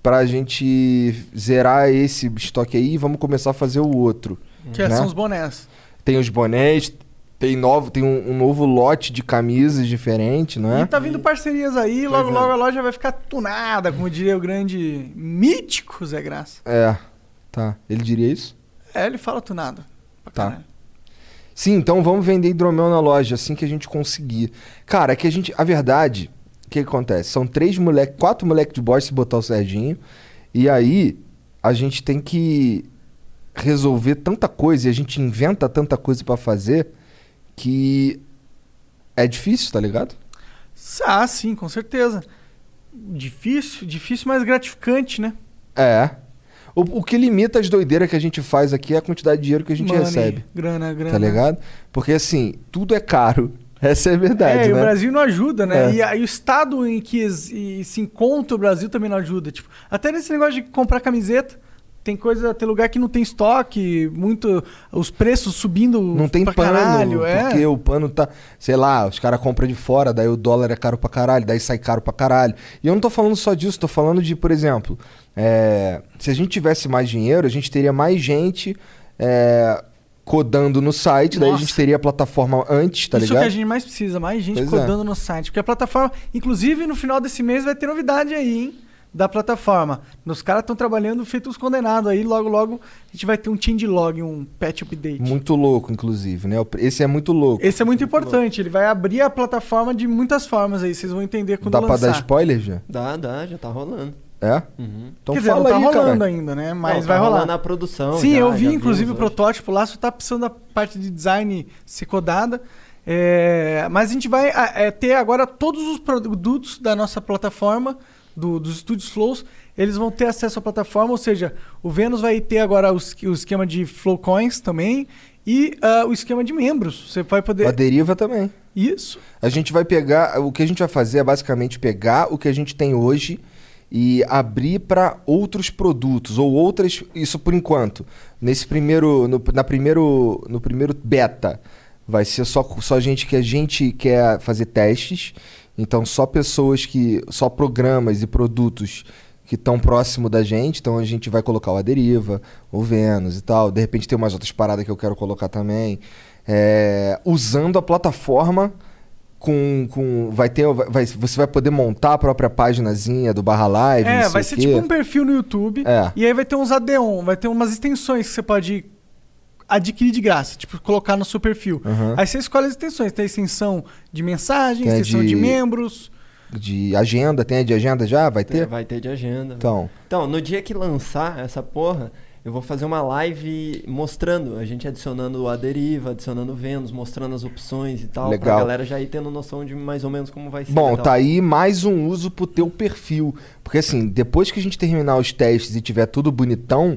pra gente zerar esse estoque aí e vamos começar a fazer o outro. Que é, Né? são os bonés. Tem os bonés, tem novo, tem um, um novo lote de camisas diferente, não é? E tá vindo parcerias aí, logo, é. logo a loja vai ficar tunada, como diria o grande mítico Zé Graça. É, tá. Ele diria isso? É, ele fala tunada. pra Tá. caralho. Sim, então vamos vender hidromel na loja assim que a gente conseguir. Cara, é que a gente. A verdade, o que que acontece? São três moleque, quatro moleque de bosta se botar o Serginho. E aí a gente tem que resolver tanta coisa e a gente inventa tanta coisa pra fazer que é difícil, tá ligado? Ah, sim, com certeza. Difícil, difícil, mas gratificante, né? É. O, o que limita as doideiras que a gente faz aqui é a quantidade de dinheiro que a gente Money, Né, recebe. Grana, grana. Tá ligado? Porque assim, tudo é caro. Essa é a verdade, é, e né? o Brasil não ajuda, né? É. E aí o estado em que es- e se encontra o Brasil também não ajuda. Tipo, até nesse negócio de comprar camiseta, tem coisa, tem lugar que não tem estoque, muito. Os preços subindo. Não tem pra pano, caralho, porque é. o pano tá, sei lá, os caras compram de fora, daí o dólar é caro pra caralho, daí sai caro pra caralho. E eu não tô falando só disso, tô falando de, por exemplo, é, se a gente tivesse mais dinheiro, a gente teria mais gente é, codando no site, daí a Nossa. gente teria a plataforma antes, tá Isso é ligado? que a gente mais precisa, mais gente Pois é. codando no site. Porque a plataforma, inclusive no final desse mês vai ter novidade aí, hein? Da plataforma. Os caras estão trabalhando feito os condenados aí. Logo, logo a gente vai ter um changelog, um patch update. Muito louco, inclusive, né? O pre- Esse é muito louco. Esse é muito importante. Ele vai abrir a plataforma de muitas formas aí. Vocês vão entender quando Dá pra lançar. dar spoiler já? Dá, dá, já tá rolando. É, É? Uhum. Então Quer dizer, fala não tá aí, rolando cara. ainda, né? Mas Não, vai tá rolar. rolando a produção. Sim, já, eu já vi inclusive o hoje. protótipo lá, só tá precisando da parte de design ser codada. É, mas a gente vai ah, é, ter agora todos os produtos da nossa plataforma, do- dos estúdios Flows, eles vão ter acesso à plataforma, ou seja, o Vênus vai ter agora o, esqui- o esquema de Flow Coins também e ah, o esquema de membros. Você vai poder. A deriva também. Isso. A gente vai pegar. O que a gente vai fazer é basicamente pegar o que a gente tem hoje e abrir para outros produtos ou outras. Isso por enquanto. Nesse primeiro. No, na primeiro, no primeiro beta. Vai ser só, só gente que a gente quer fazer testes. Então, só pessoas que. Só programas e produtos que estão próximo da gente. Então, a gente vai colocar o Aderiva, o Vênus e tal. De repente, tem umas outras paradas que eu quero colocar também. É, usando a plataforma com, com vai ter vai, vai- você vai poder montar a própria paginazinha do barra live não É, sei vai o ser quê. tipo um perfil no YouTube. É. E aí vai ter uns add-on, vai ter umas extensões que você pode adquirir de graça, tipo, colocar no seu perfil. Aham. Aí você escolhe as extensões. Tem a extensão de mensagem, Uhum. Tem a extensão de... de- membros. de agenda tem a de agenda já vai É, ter Vai ter de agenda. então Então, no dia que lançar essa porra, eu vou fazer uma live mostrando, a gente adicionando a deriva, adicionando Vênus, mostrando as opções e tal, pra Legal. galera já ir tendo noção de mais ou menos como vai ser. e bom tal. tá aí mais um uso pro teu perfil porque assim depois que a gente terminar os testes e tiver tudo bonitão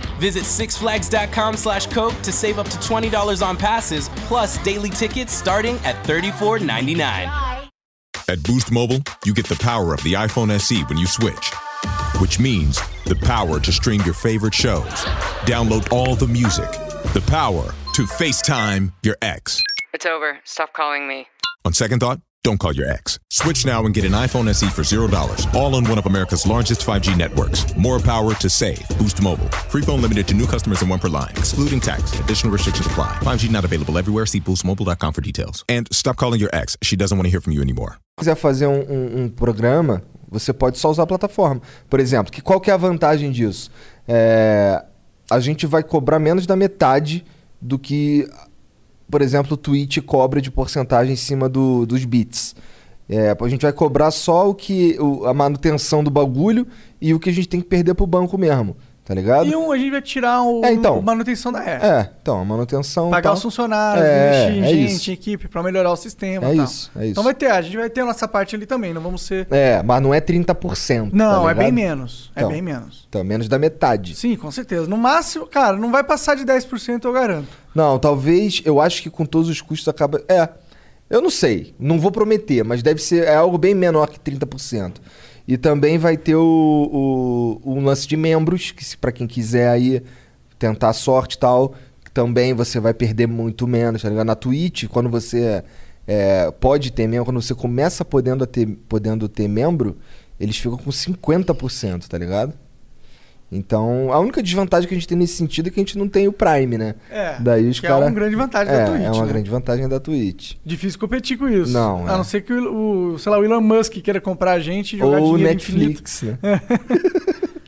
Visit sixflags.com slash Coke to save up to $20 on passes, plus daily tickets starting at $34.99. At Boost Mobile, you get the power of the iPhone SE when you switch, which means the power to stream your favorite shows, download all the music, the power to FaceTime your ex. It's over. Stop calling me. On second thought, don't call your ex. Switch now and get an iPhone SE for $0, all on one of America's largest 5G networks. More power to save. Boost Mobile. Free phone limited to new customers and one per line, excluding tax. Additional restrictions apply. 5G not available everywhere. See boostmobile.com for details. And stop calling your ex. She doesn't want to hear from you anymore. quiser fazer um, um- um programa, você pode só usar a plataforma. Por exemplo, que qual que é a vantagem disso? É, a gente vai cobrar menos da metade do que, por exemplo, o Twitch cobra de porcentagem em cima do- dos bits. É, a gente vai cobrar só o que o- a manutenção do bagulho e o que a gente tem que perder pro banco mesmo, tá ligado? E um, a gente vai tirar o, É, então. o manutenção da app. É, então, a manutenção... Pagar tal. os funcionários, É, investir em é gente, isso. em equipe, pra melhorar o sistema É e tal. isso, é isso. Então vai ter, a gente vai ter a nossa parte ali também, não vamos ser... É, mas não é 30%, Não, tá é bem ligado? menos, é Então. bem menos. Então, menos da metade. Sim, com certeza. No máximo, cara, não vai passar de 10%, eu garanto. Não, talvez, eu acho que com todos os custos acaba. É. Eu não sei, não vou prometer, mas deve ser é algo bem menor que 30%. E também vai ter o, o, o lance de membros, que se para quem quiser aí tentar a sorte e tal, também você vai perder muito menos, tá ligado? Na Twitch, quando você é, pode ter membro, quando você começa podendo a ter, podendo ter membro, eles ficam com 50%, tá ligado? Então, a única desvantagem que a gente tem nesse sentido é que a gente não tem o Prime, né? É, Daí os que é cara... uma grande vantagem da É, Twitch, É uma né? grande vantagem da Twitch. Difícil competir com isso. Não, A é. não ser que o, o, sei lá, o Elon Musk queira comprar a gente e jogar Ou o dinheiro Netflix, né? infinito.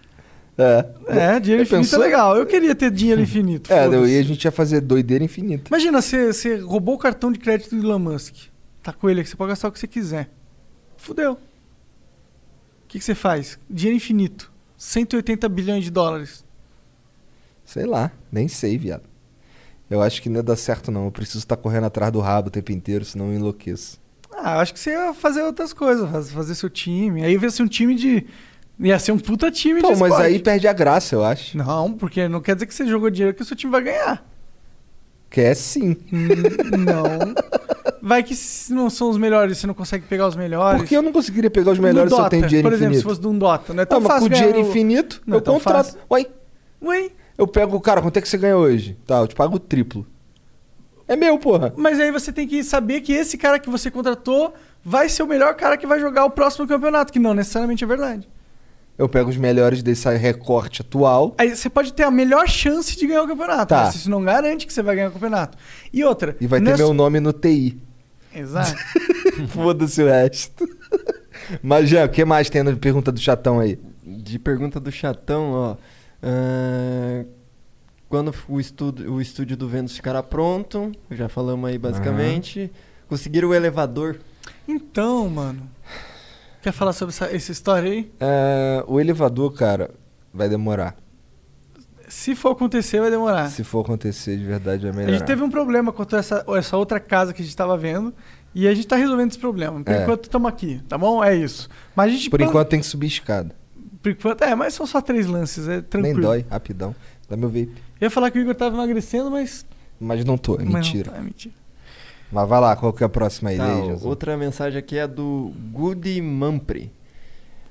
É, Já dinheiro infinito pensou? é legal. Eu queria ter dinheiro infinito. É, foda-se. daí a gente ia fazer doideira infinita. Imagina, você, você roubou o cartão de crédito do Elon Musk. Tá com ele, que você pode gastar o que você quiser. Fudeu. O que, que você faz? Dinheiro infinito. 180 bilhões de dólares. Sei lá, nem sei, viado. Eu acho que não ia dar certo, não. Eu preciso estar correndo atrás do rabo o tempo inteiro, senão eu enlouqueço. Ah, eu acho que você ia fazer outras coisas. faz- Fazer seu time. Aí ia ser um time de... Ia ser um puta time Pô, de mas esporte. aí tá- perde a graça, eu acho. Não, porque não quer dizer que você jogou dinheiro que o seu time vai ganhar. Que é sim. Hum, não. Vai que se não são os melhores, você não consegue pegar os melhores. Porque eu não conseguiria pegar os No melhores se eu Dota, tenho dinheiro Por exemplo, se infinito. fosse de um Dota, não é tão ah, mas fácil com dinheiro ganhar o- infinito, Não é eu tão contrato. fácil. Uai, Ué, eu pego o cara, quanto é que você ganha hoje? Tá, eu te pago o triplo. É meu, porra. mas aí você tem que saber que esse cara que você contratou vai ser o melhor cara que vai jogar o próximo campeonato, que não necessariamente é verdade. Eu pego os melhores desse recorte atual. Aí você pode ter a melhor chance de ganhar o campeonato. Tá. Mas isso não garante que você vai ganhar o campeonato. E outra. E vai ter não é meu só- nome no TI. Exato. Foda-se o resto. Mas, Jean, o que mais tem na pergunta do chatão aí? De pergunta do chatão, ó. Ah, quando o estúdio, o estúdio do Vênus ficará pronto, já falamos aí basicamente. Conseguiram o elevador. Então, mano. Quer falar sobre essa, essa história aí? É, o elevador, cara, vai demorar. Se for acontecer, vai demorar. Se for acontecer de verdade, vai Ah. A melhorar. gente teve um problema quanto a essa, essa outra casa que a gente tava vendo. E a gente tá resolvendo esse problema. Por É. enquanto estamos aqui, tá bom? É isso. Mas a gente. Por plan- enquanto tem que subir escada. Por enquanto- É, mas são só três lances, é tranquilo. Nem dói, rapidão. Dá meu vape. Eu ia falar que o Igor tava emagrecendo, mas. Mas não tô, é mas não mentira. tá, é mentira. Mas vai lá, qual que é a próxima aí, Tá, Lei, ó, Jesus? outra mensagem aqui é do Goody Mampre.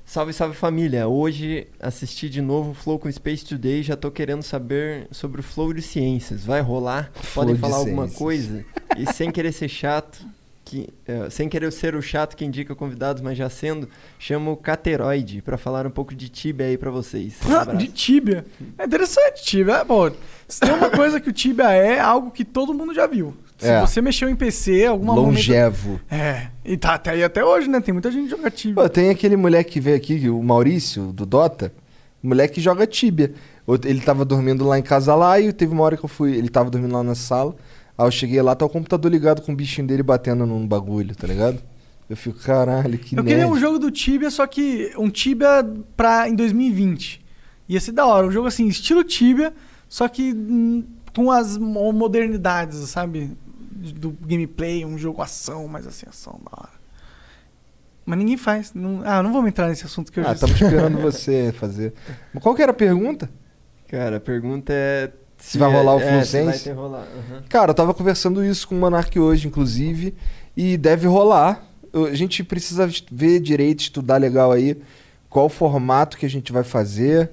Salve, salve família! Hoje assisti de novo o Flow com Space Today já tô querendo saber sobre o Flow de Ciências. Vai rolar? Flow Podem de falar alguma Ciências. coisa? E sem querer ser chato, que, eh, sem querer ser o chato que indica convidados, mas já sendo, chamo o Cateroide pra falar um pouco de Tibia aí pra vocês. Tá Um Ah, abraço. de tíbia. É interessante, tíbia. É, Pô, se tem uma coisa que o tíbia é, é algo que todo mundo já viu. Se É. você mexeu em PC, alguma momento- Longevo. É, e tá até aí até hoje, né? Tem muita gente que joga tíbia. Pô, tem aquele moleque que veio aqui, o Maurício, do Dota. O moleque que joga tíbia. Eu- Ele tava dormindo lá em casa lá e teve uma hora que eu fui. Ele tava dormindo lá na sala. Aí eu cheguei lá, tá o computador ligado com o bichinho dele batendo num bagulho, tá ligado? Eu fico, caralho, que né? Eu nerd. queria um jogo do Tibia, só que um Tibia pra, em 2020. Ia ser da hora. Um jogo assim, estilo Tibia, só que hum, com as mo- modernidades, sabe? Do gameplay, um jogo ação, mas assim, ação da hora. Mas ninguém faz. Não, ah, não vamos entrar nesse assunto que eu Ah, já tava esperando você fazer. Mas qual que era a pergunta? Cara, a pergunta é. Se vai rolar o é, Flow se vai Ciência? ter rolar. aham. Cara, eu tava conversando isso com o Monark hoje, inclusive, e deve rolar. Eu- A gente precisa est- ver direito, estudar legal aí qual o formato que a gente vai fazer,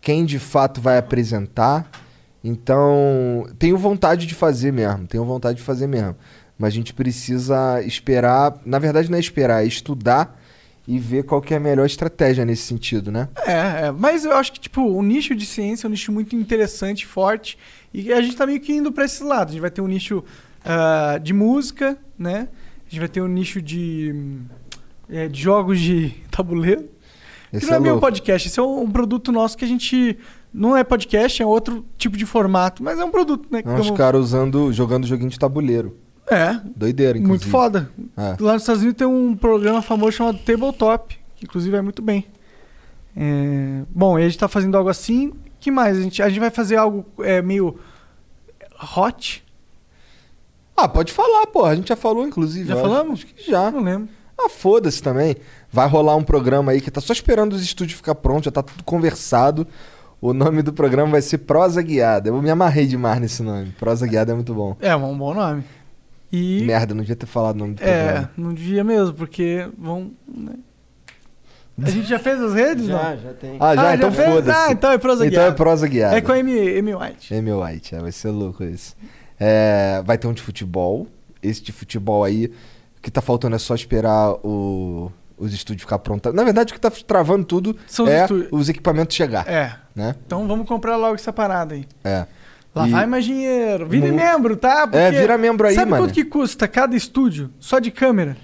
quem de fato vai apresentar. Então, tenho vontade de fazer mesmo, tenho vontade de fazer mesmo. Mas a gente precisa esperar, na verdade não é esperar, é estudar e ver qual que é a melhor estratégia nesse sentido, né? É, é, mas eu acho que, tipo, o nicho de ciência é um nicho muito interessante, forte, e a gente tá meio que indo pra esse lado. A gente vai ter um nicho ah, de música, né? A gente vai ter um nicho de, hum, é, de jogos de tabuleiro. Esse que não é, é meu louco. podcast, esse é um, um produto nosso que a gente. Não é podcast, é outro tipo de formato, mas é um produto, né? que Então, os tamo- caras usando, jogando joguinho de tabuleiro. É, Doideira, inclusive. muito foda. É. Lá nos Estados Unidos tem um programa famoso chamado Tabletop, que inclusive vai muito bem. É, Bom, e a gente tá fazendo algo assim. que mais? A gente, a gente vai fazer algo é, meio hot? Ah, pode falar, porra. A gente já falou, inclusive. Já eu acho. falamos? Acho que já. Não lembro. Ah, foda-se também. Vai rolar um programa aí que tá só esperando os estúdios ficar prontos, já tá tudo conversado. O nome do programa vai ser Prosa Guiada. Eu me amarrei demais nesse nome. Prosa Guiada é muito bom. É, um bom nome. E. Merda, né? não devia ter falado o nome do É, programa. não devia mesmo, porque vão. né? A gente já fez as redes? Já, não? já tem. Ah, já? Ah, já então fez? foda-se. Ah, então é Prosa Então é Guiada. Prosa Guiada. É com a M, M. White. É meu White, é, vai ser louco isso. É, vai ter um de futebol. Esse de futebol aí, o que tá faltando é só esperar o- os estúdios ficar prontos. Na verdade, o que tá travando tudo São os é estúdios. os equipamentos chegar, É. né? Então vamos comprar logo essa parada aí. É. Lá E- vai mais dinheiro. Vira Mu- membro, tá? É, vira membro aí, sabe mano. quanto que custa cada estúdio? Só de câmera?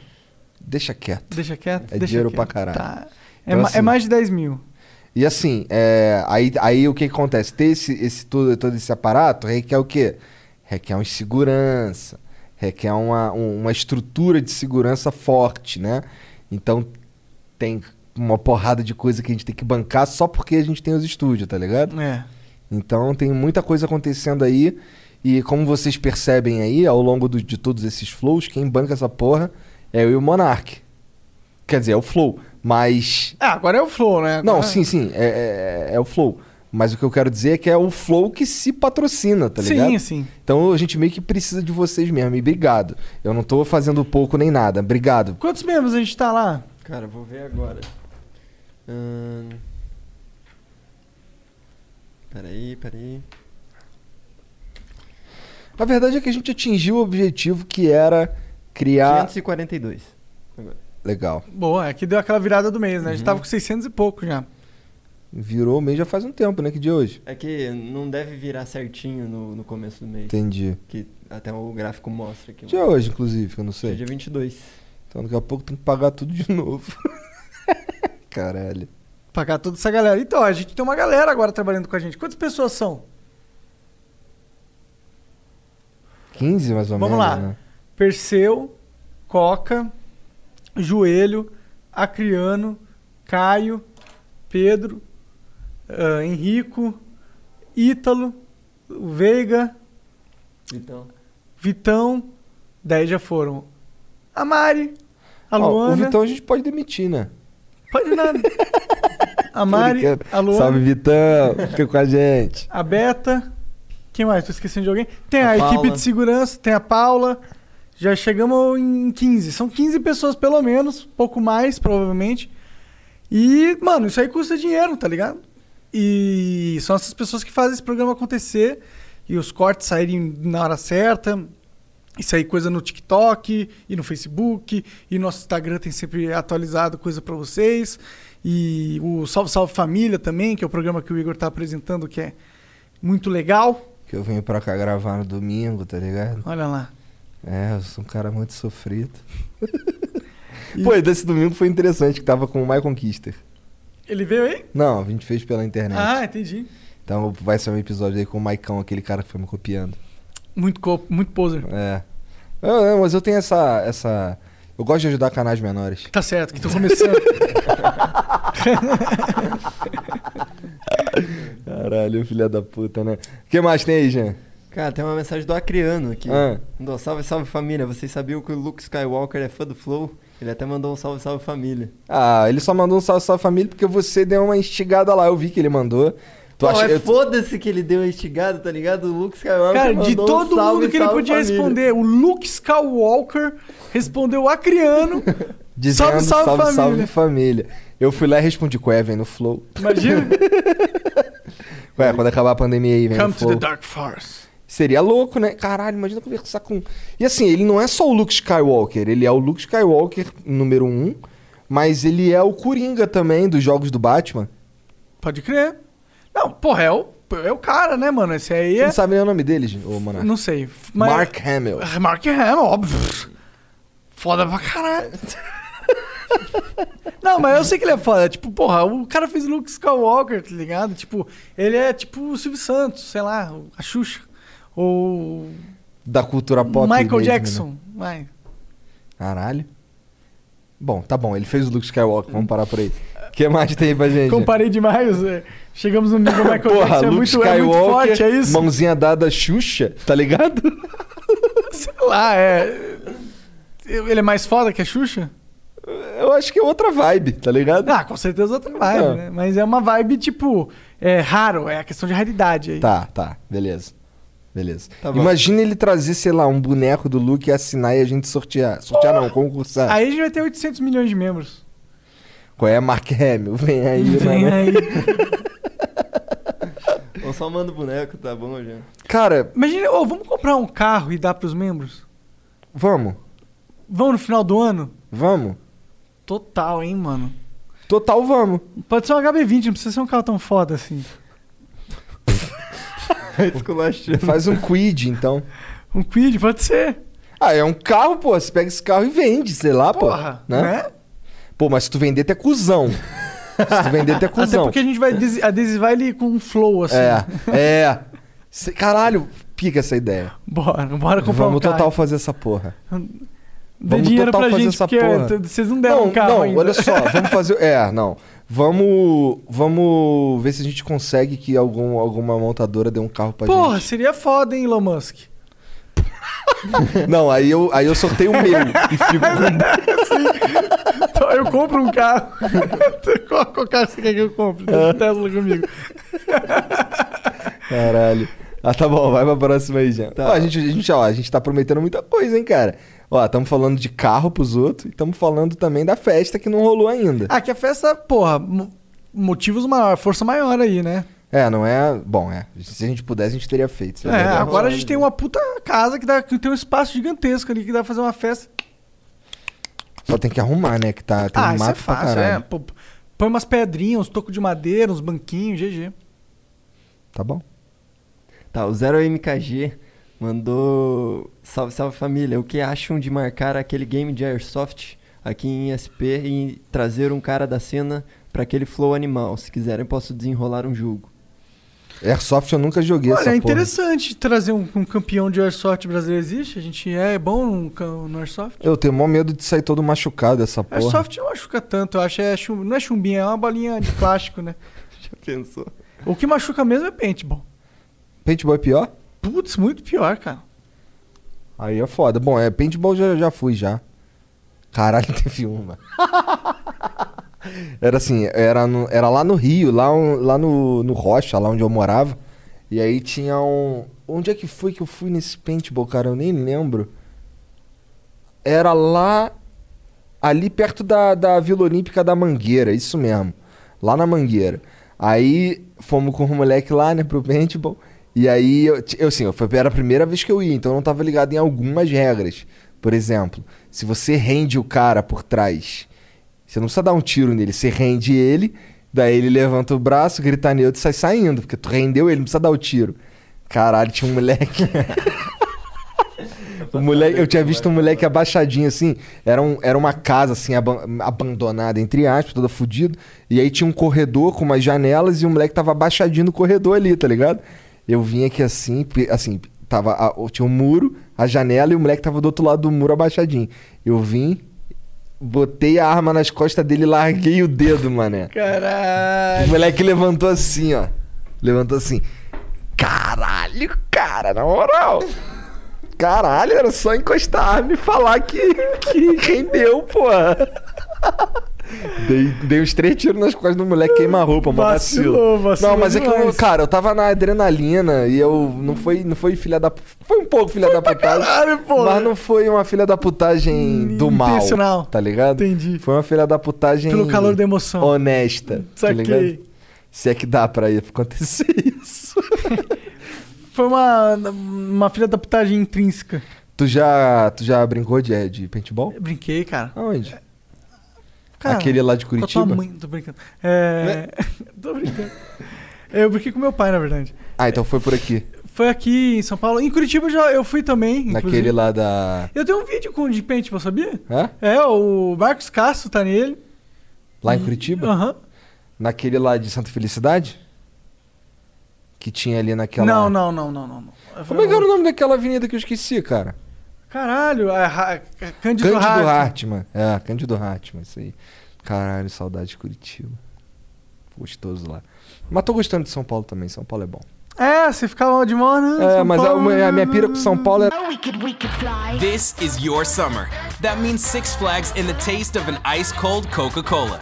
Deixa quieto. Deixa quieto. É deixa dinheiro quieto. pra caralho. Tá. É, Então, ma- assim- é mais de 10 mil. E assim, é, aí, aí o que que acontece? Ter esse, esse, todo, todo esse aparato requer o quê? Requer uma segurança, requer uma, um- uma estrutura de segurança forte, né? Então tem uma porrada de coisa que a gente tem que bancar só porque a gente tem os estúdios, tá ligado? É. Então tem muita coisa acontecendo aí. E como vocês percebem aí, ao longo do- de todos esses flows, quem banca essa porra é eu e o Monark. Quer dizer, é o Flow. Mas Ah, agora é o Flow, né? não, Agora- sim, sim, é, é- é o Flow. Mas o que eu quero dizer é que é o Flow que se patrocina, tá ligado? Sim, sim. Então a gente meio que precisa de vocês mesmo. E obrigado. Eu não tô fazendo pouco nem nada. Obrigado. Quantos membros a gente tá lá? Cara, vou ver agora. Ahn. Peraí, peraí. A verdade é que a gente atingiu o objetivo que era criar. 542. Agora. Legal. Uhum. Boa, é que deu aquela virada do mês, né? A gente tava com 600 e pouco já. Virou o mês já faz um tempo, né? Que dia é hoje? É que não deve virar certinho no, no começo do mês. Entendi. Que até o gráfico mostra aqui. Que dia é hoje, inclusive, que eu não Hoje é sei. Dia 22. Então daqui a pouco tem que pagar tudo de novo. Caralho. Pagar toda essa galera. Então, a gente tem uma galera agora trabalhando com a gente. Quantas pessoas são? 15 mais ou Vamos menos. lá. Né? Perseu, Coca, Joelho, Acriano, Caio, Pedro, ah, Henrico, Ítalo, Veiga, Então. Vitão. 10 já foram. A Mari, a Ó, o Luana. Vitão a gente pode demitir, né? Pode nada. A Mari, Tô brincando. a Luana, Salve, Vitão. Fica com a gente. a Beta. Quem mais? Tô esquecendo de alguém. Tem a, A equipe Paula. de segurança, tem a Paula. Já chegamos em 15. São 15 pessoas pelo menos, pouco mais, provavelmente. E, mano, isso aí custa dinheiro, tá ligado? E são essas pessoas que fazem esse programa acontecer e os cortes saírem na hora certa. E sair coisa no TikTok e no Facebook. E nosso Instagram tem sempre atualizado coisa pra vocês. E o Salve Salve Família também, que é o programa que o Igor tá apresentando, que é muito legal. Que eu venho pra cá gravar no domingo, tá ligado? Olha lá. É, eu sou um cara muito sofrido. Pô, e desse domingo foi interessante, que tava com o Michael Kister. Ele veio aí? Não, a gente fez pela internet. Ah, entendi. Então vai ser um episódio aí com o Maicão, aquele cara que foi me copiando. Muito, co- muito poser. É. Eu- eu- mas eu tenho essa, essa. Eu gosto de ajudar canais menores. Tá certo, que tô começando. Caralho, filha da puta, né? O que mais tem aí, Jean? Cara, tem uma mensagem do Acriano aqui. Ah. Mandou salve, salve família. Vocês sabiam que o Luke Skywalker é fã do Flow? Ele até mandou um salve, salve família. Ah, ele só mandou um salve, salve família porque você deu uma instigada lá. Eu vi que ele mandou. Tu Pô, acha- é eu- foda-se que ele deu a instigada, tá ligado? O Luke Skywalker Cara, mandou de um todo salve, mundo que ele salve, podia família. responder, o Luke Skywalker respondeu Acriano. Dizendo Salve, salve, salve, salve, família. família. Eu fui lá e respondi com o Evan no Flow. Imagina. Ué, quando acabar a pandemia aí, vem no Come to Flow. the Dark Forest. Seria louco, né? Caralho, imagina conversar com. E assim, ele não é só o Luke Skywalker, ele é o Luke Skywalker número um, mas ele é o Coringa também dos jogos do Batman. Pode crer. Não, porra, é o, é o cara, né, mano? Esse aí Você é. não sabe nem o nome dele, Gi- ô Monark? Não sei. mas- Mark Hamill. Ah, Mark Hamill, óbvio. Foda pra caralho. Não, mas eu sei que ele é foda. Tipo, porra, o cara fez Luke Skywalker, tá ligado? Tipo, ele é tipo o Silvio Santos, sei lá, o- a Xuxa. Ou Da cultura pop. Michael mesmo, né? Jackson. Vai. Caralho. Bom, tá bom, ele fez o Luke Skywalker, vamos parar por aí. O que mais tem aí pra gente? Comparei demais. é. Chegamos no nível Michael Porra, Jackson. É Luke muito, é Skywalker, muito forte, é isso? mãozinha dada Xuxa, tá ligado? Sei lá, é. Ele é mais foda que a Xuxa? Eu acho que é outra vibe, tá ligado? Ah, com certeza outra vibe, É. né? Mas é uma vibe, tipo, é raro, é a questão de raridade aí. Tá, tá, beleza. Beleza. Tá bom. Imagina ele trazer, sei lá, um boneco do Luke e assinar e a gente sortear. Sortear não, concursar. Aí a gente vai ter 800 milhões de membros. Qual é, Mark Hamill? Vem aí, mano. Ou só manda o boneco, tá bom, já. Cara, Imagina, ô, vamos comprar um carro e dar pros membros? vamos, Vamos no final do ano? vamos. Total, hein, mano? Total, vamos. Pode ser um HB20, não precisa ser um carro tão foda assim. Esculachando. Faz um quid, então. Um Quid, pode ser. Ah, é um carro, pô. Você pega esse carro e vende, sei lá, pô. Porra, né? né? Pô, mas se tu vender, tu é cuzão. se tu vender, tu é Até cuzão. porque a gente vai adesi- adesivar ele com um flow, assim. É, é. Cê- Caralho, pica essa ideia. Bora, bora comprar Vamos um carro. total fazer essa porra. Dê vamos dinheiro total pra fazer gente, essa porque porra. t- vocês não deram não, um carro não, ainda. olha só, vamos fazer. É, não. Vamos, vamos ver se a gente consegue que algum, alguma montadora dê um carro pra Porra, seria foda, hein, Elon Musk? gente. Não, aí eu, aí eu sorteio o meu e fico com. Então eu compro um carro. qual, qual carro você quer que eu compre? Tem um Tesla comigo. Caralho. Ah, tá bom, vai pra próxima aí, Jean. Tá. Tá. Ó, a, gente, a, gente, ó, a gente tá prometendo muita coisa, hein, cara. Ó, estamos falando de carro pros outros e estamos falando também da festa que não rolou ainda. Ah, que a festa, porra, mo- motivos maior, força maior aí, né? É, não é. Bom, é. Se a gente pudesse, a gente teria feito. isso É, é verdade. agora a gente tem uma puta casa que, dá, que tem um espaço gigantesco ali que dá pra fazer uma festa. Só tem que arrumar, né? Que tá. Tem ah, um isso mato é fácil, pra é. caralho. Pô, Põe umas pedrinhas, uns tocos de madeira, uns banquinhos, GG. Tá bom. Tá, o Zero MKG mandou. Salve, salve família. O que acham de marcar aquele game de Airsoft aqui em SP e trazer um cara da cena pra aquele flow animal? Se quiserem, posso desenrolar um jogo. Airsoft eu nunca joguei Olha, essa é porra. interessante trazer um, um campeão de airsoft brasileiro. Existe? A gente é bom no, ca- no airsoft? Eu tenho mó medo de sair todo machucado dessa porra. Airsoft não machuca tanto, eu acho. É chum- não é chumbinha, é uma bolinha de plástico, né? Já pensou? O que machuca mesmo é paintball. Paintball é pior? Putz, muito pior, cara. Aí é foda. Bom, é paintball já, já fui já. Caralho, teve uma. era assim, era, no- era lá no Rio, lá, um- lá no, no Rocha, lá onde eu morava. E aí tinha um. Onde é que foi que eu fui nesse paintball, cara? Eu nem lembro. Era lá. Ali perto da, da Vila Olímpica da Mangueira, isso mesmo. Lá na Mangueira. Aí fomos com o moleque lá, né, pro paintball. E aí, eu, ti- eu assim, eu- foi, era a primeira vez que eu ia, então eu não tava ligado em algumas regras. Por exemplo, se você rende o cara por trás, você não precisa dar um tiro nele, você rende ele, daí ele levanta o braço, grita neutro e sai saindo, porque tu rendeu ele, não precisa dar o tiro. Caralho, tinha um moleque. O moleque, eu tinha visto um moleque abaixadinho assim, era, um, era uma casa assim aban- abandonada entre aspas, toda fodida, e aí tinha um corredor com umas janelas e o moleque tava abaixadinho no corredor ali, tá ligado? Eu vim aqui assim, pe- assim, tava a- tinha um muro, a janela e o moleque tava do outro lado do muro abaixadinho. Eu vim, botei a arma nas costas dele e larguei o dedo, mané. Caralho. O moleque levantou assim, ó. Levantou assim. Caralho, cara, na moral. Caralho, era só encostar a arma e falar que, que rendeu, porra. Dei, dei uns três tiros nas costas do moleque, queima a roupa, mó vacilo. Vacilou, vacilou Não, mas é que, eu, demais. cara, eu tava na adrenalina e eu não foi, não foi filha da... Foi um pouco filha da putagem. caralho, porra. mas não foi uma filha da putagem do mal. Intencional. Tá ligado? Entendi. Foi uma filha da putagem... Pelo calor da emoção. Honesta. Tá Saquei. ligado? Se é que dá pra ir acontecer isso. Foi uma, uma filha da putagem intrínseca. tu, já, tu já brincou de, de paintball? Eu brinquei, cara. Aonde? É, Cara, Aquele lá de com a tua Curitiba? mãe, tô brincando. É... tô brincando. Eu brinquei com meu pai, na verdade. Ah, então foi por aqui. Foi aqui em São Paulo. Em Curitiba eu já eu fui também. inclusive. Naquele lá da. Eu tenho um vídeo com o de paintball, sabia? Hã? É, o Marcos Castro tá nele. Lá em Curitiba? Uhum. Aham. Naquele lá de Santa Felicidade? Que tinha ali naquela. Não, não, não, não, não. não. Como é que era o nome daquela avenida que eu esqueci, cara? Caralho, é Ra- Cândido, Cândido Hart. Hartmann. É, Cândido Hartmann, isso aí. Caralho, saudade de Curitiba. Gostoso lá. Mas tô gostando de São Paulo também. São Paulo é bom. É, você ficava de mão, né? É, São mas a, Paulo, uma- a minha né? pira com São Paulo é. This is your summer. That means Six Flags in the taste of an ice cold Coca Cola.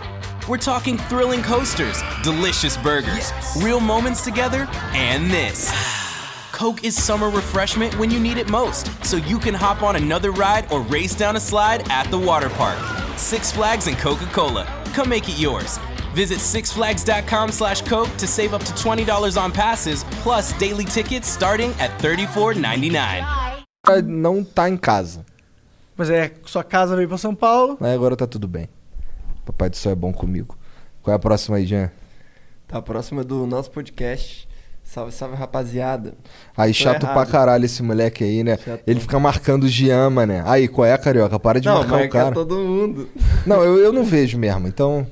We're talking thrilling coasters, delicious burgers, real moments together, and this. Coke is summer refreshment when you need it most, so you can hop on another ride or race down a slide at the water park. Six Flags and Coca Cola. Come make it yours. Visit sixflags.com slash Coke to save up to $20 on passes, plus daily tickets starting at $34.99. pra não tá em casa. Mas é, sua casa veio pra São Paulo. Mas agora tá tudo bem. Papai do céu é bom comigo. Qual é a próxima aí, Jean? Tá, próxima do nosso podcast. Salve, salve rapaziada. Aí Tô chato pra errado. caralho esse moleque aí, né? Chato. Ele fica marcando o Jean, né? Aí, qual é, carioca? Para de Não, marcar o marca cara. todo mundo. Não, eu, eu não vejo mesmo, então.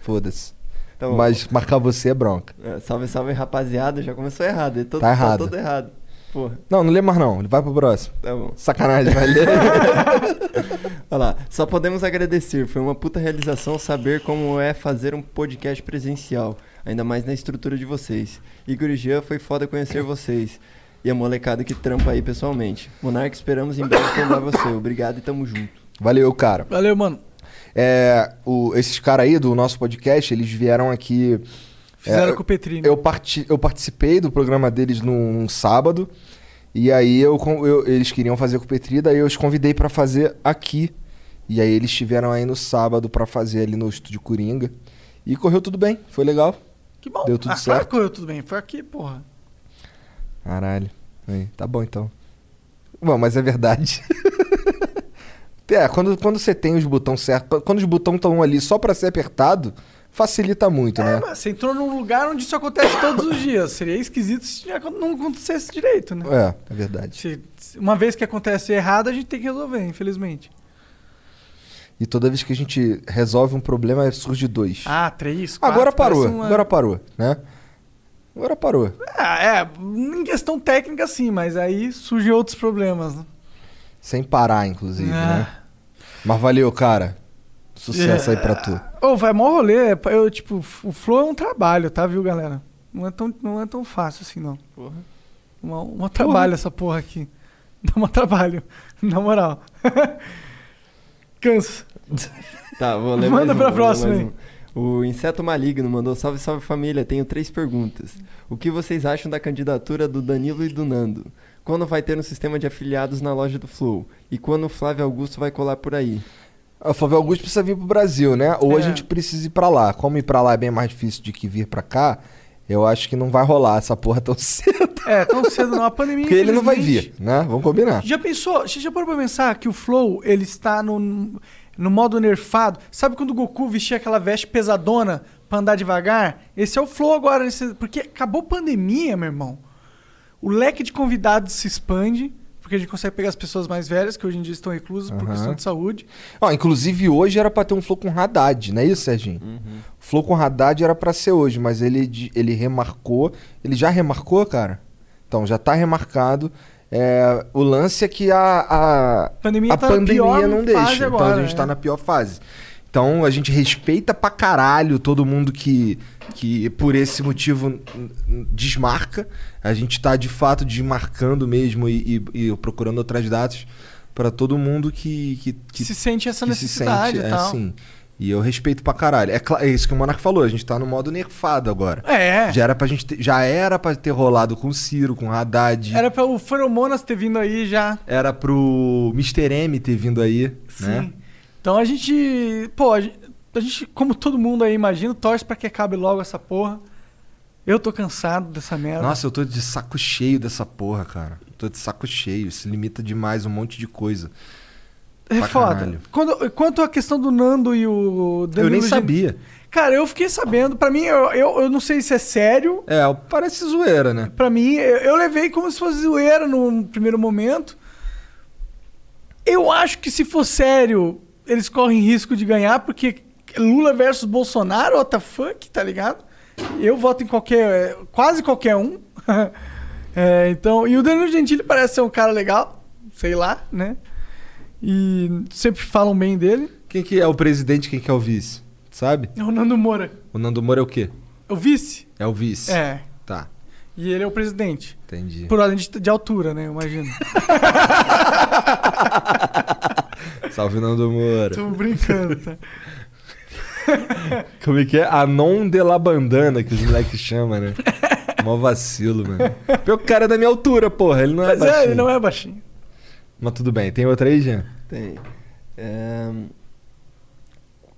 Foda-se. Então, Mas marcar você é bronca. é, salve, salve rapaziada. Já começou errado. é todo- Tá errado. todo errado. Porra, Não, não lê mais não. Ele vai pro próximo. tá bom. Sacanagem, vai ler. Olha lá, só podemos agradecer. Foi uma puta realização saber como é fazer um podcast presencial, ainda mais na estrutura de vocês. Igor e Jean, foi foda conhecer vocês. E a molecada que trampa aí pessoalmente. Monarca, esperamos em breve tomar você. Obrigado e tamo junto. Valeu, cara. Valeu, mano. É, o- esses caras aí do nosso podcast, eles vieram aqui. É, Fizeram com o Petri, né? Eu, parti, eu participei do programa deles num sábado. E aí eu, con- eu- eles queriam fazer com o Petri, daí eu os convidei pra fazer aqui. E aí eles estiveram aí no sábado pra fazer ali no estúdio Coringa. E correu tudo bem, foi legal. Que bom. Deu tudo ah, Claro certo. que correu tudo bem. Foi aqui, porra. Caralho. Aí, tá bom então. Bom, mas é verdade. é, quando, quando você tem os botões certos, quando os botões estão ali só pra ser apertado, facilita muito, né? É, mas você entrou num lugar onde isso acontece todos os dias. Seria esquisito se não acontecesse direito, né? É, é verdade. Se- se- uma vez que acontece errado, a gente tem que resolver, infelizmente. E toda vez que a gente resolve um problema, surge dois. Ah, três, quatro, agora parou, parece uma- agora parou, né? Agora parou. Ah, é, em questão técnica sim, mas aí surgem outros problemas, né? Sem parar, inclusive, Ah. né? Mas valeu, cara. Sucesso aí É. pra tu. Ô, vai mó rolê. Eu, tipo, o flow é um trabalho, tá, viu, galera? Não é tão, não é tão fácil assim, não. Porra. Uma, uma trabalho essa porra aqui. Dá uma trabalho, na moral. Cansa. Tá, vou ler Manda pra mais um, vou ler próxima mais aí. um. O Inseto Maligno mandou salve, salve família. Tenho três perguntas. O que vocês acham da candidatura do Danilo e do Nando? Quando vai ter um sistema de afiliados na loja do Flow? E quando o Flávio Augusto vai colar por aí? O Flávio Augusto precisa vir pro Brasil, né? Ou a É. gente precisa ir pra lá. Como ir pra lá é bem mais difícil do que vir pra cá, eu acho que não vai rolar essa porra tão cedo. É, tão cedo não. A pandemia. Porque ele não vai infelizmente, vir, né? Vamos combinar. Já pensou? Você já parou pra pensar que o Flow, ele está no, no modo nerfado? Sabe quando o Goku vestia aquela veste pesadona pra andar devagar? Esse é o Flow agora, nesse- porque acabou a pandemia, meu irmão. O leque de convidados se expande, porque a gente consegue pegar as pessoas mais velhas, que hoje em dia estão reclusas por Aham. questão de saúde. Ó, inclusive hoje era pra ter um flow com Haddad, não é isso, Serginho? O flow com Haddad era pra ser hoje, mas ele, de- ele remarcou. Ele já remarcou, cara? Então, já tá remarcado. É, o lance é que a, a, Pandemia a tá na pandemia pior não fase deixa. então agora, a gente né? tá na pior fase. Então a gente respeita pra caralho todo mundo que, que por esse motivo n- n- desmarca. A gente tá de fato desmarcando mesmo e, e- e procurando outras datas pra todo mundo que, que, que se sente essa que necessidade é, e tal. sim. E eu respeito pra caralho. É, cla- é isso que o Monark falou, a gente tá no modo nerfado agora. É. Já era pra gente ter, já era para ter rolado com o Ciro, com o Haddad. Era, Era pra o Feromonas ter vindo aí já. pro Mr. M ter vindo aí, Sim. né? Então a gente, pô, a gente, a gente, como todo mundo aí imagina, torce pra que acabe logo essa porra. Eu tô cansado dessa merda. Nossa, eu tô de saco cheio dessa porra, cara. Tô de saco cheio, se limita demais um monte de coisa. é pra foda. caralho. Quando, quanto à questão do Nando e o eu nem Gen- sabia. Cara, eu fiquei sabendo. Pra mim, eu, eu, eu não sei se é sério. É, parece zoeira, né? Pra mim, eu, eu levei como se fosse zoeira no primeiro momento. Eu acho que se for sério, eles correm risco de ganhar, porque Lula versus Bolsonaro, what the fuck, tá ligado? Eu voto em qualquer. quase qualquer um. É, então, e o Danilo Gentili parece ser um cara legal, sei lá, né? E sempre falam bem dele. Quem que é o presidente, quem que é o vice? Sabe? É o Nando Moura. O Nando Moura é o quê? É o vice? É o vice. É. Tá, E ele é o presidente. entendi. Por ordem de, de altura, né? Eu imagino. Salve Nando Moura. Tô brincando, tá? Como é que é? Anon de la bandana, que os moleques chamam, né? Mó vacilo, mano. Pior que o cara é da minha altura, porra. Ele não é Mas baixinho. é, ele não é baixinho. Mas tudo bem. Tem outra aí, Jean? Tem. É,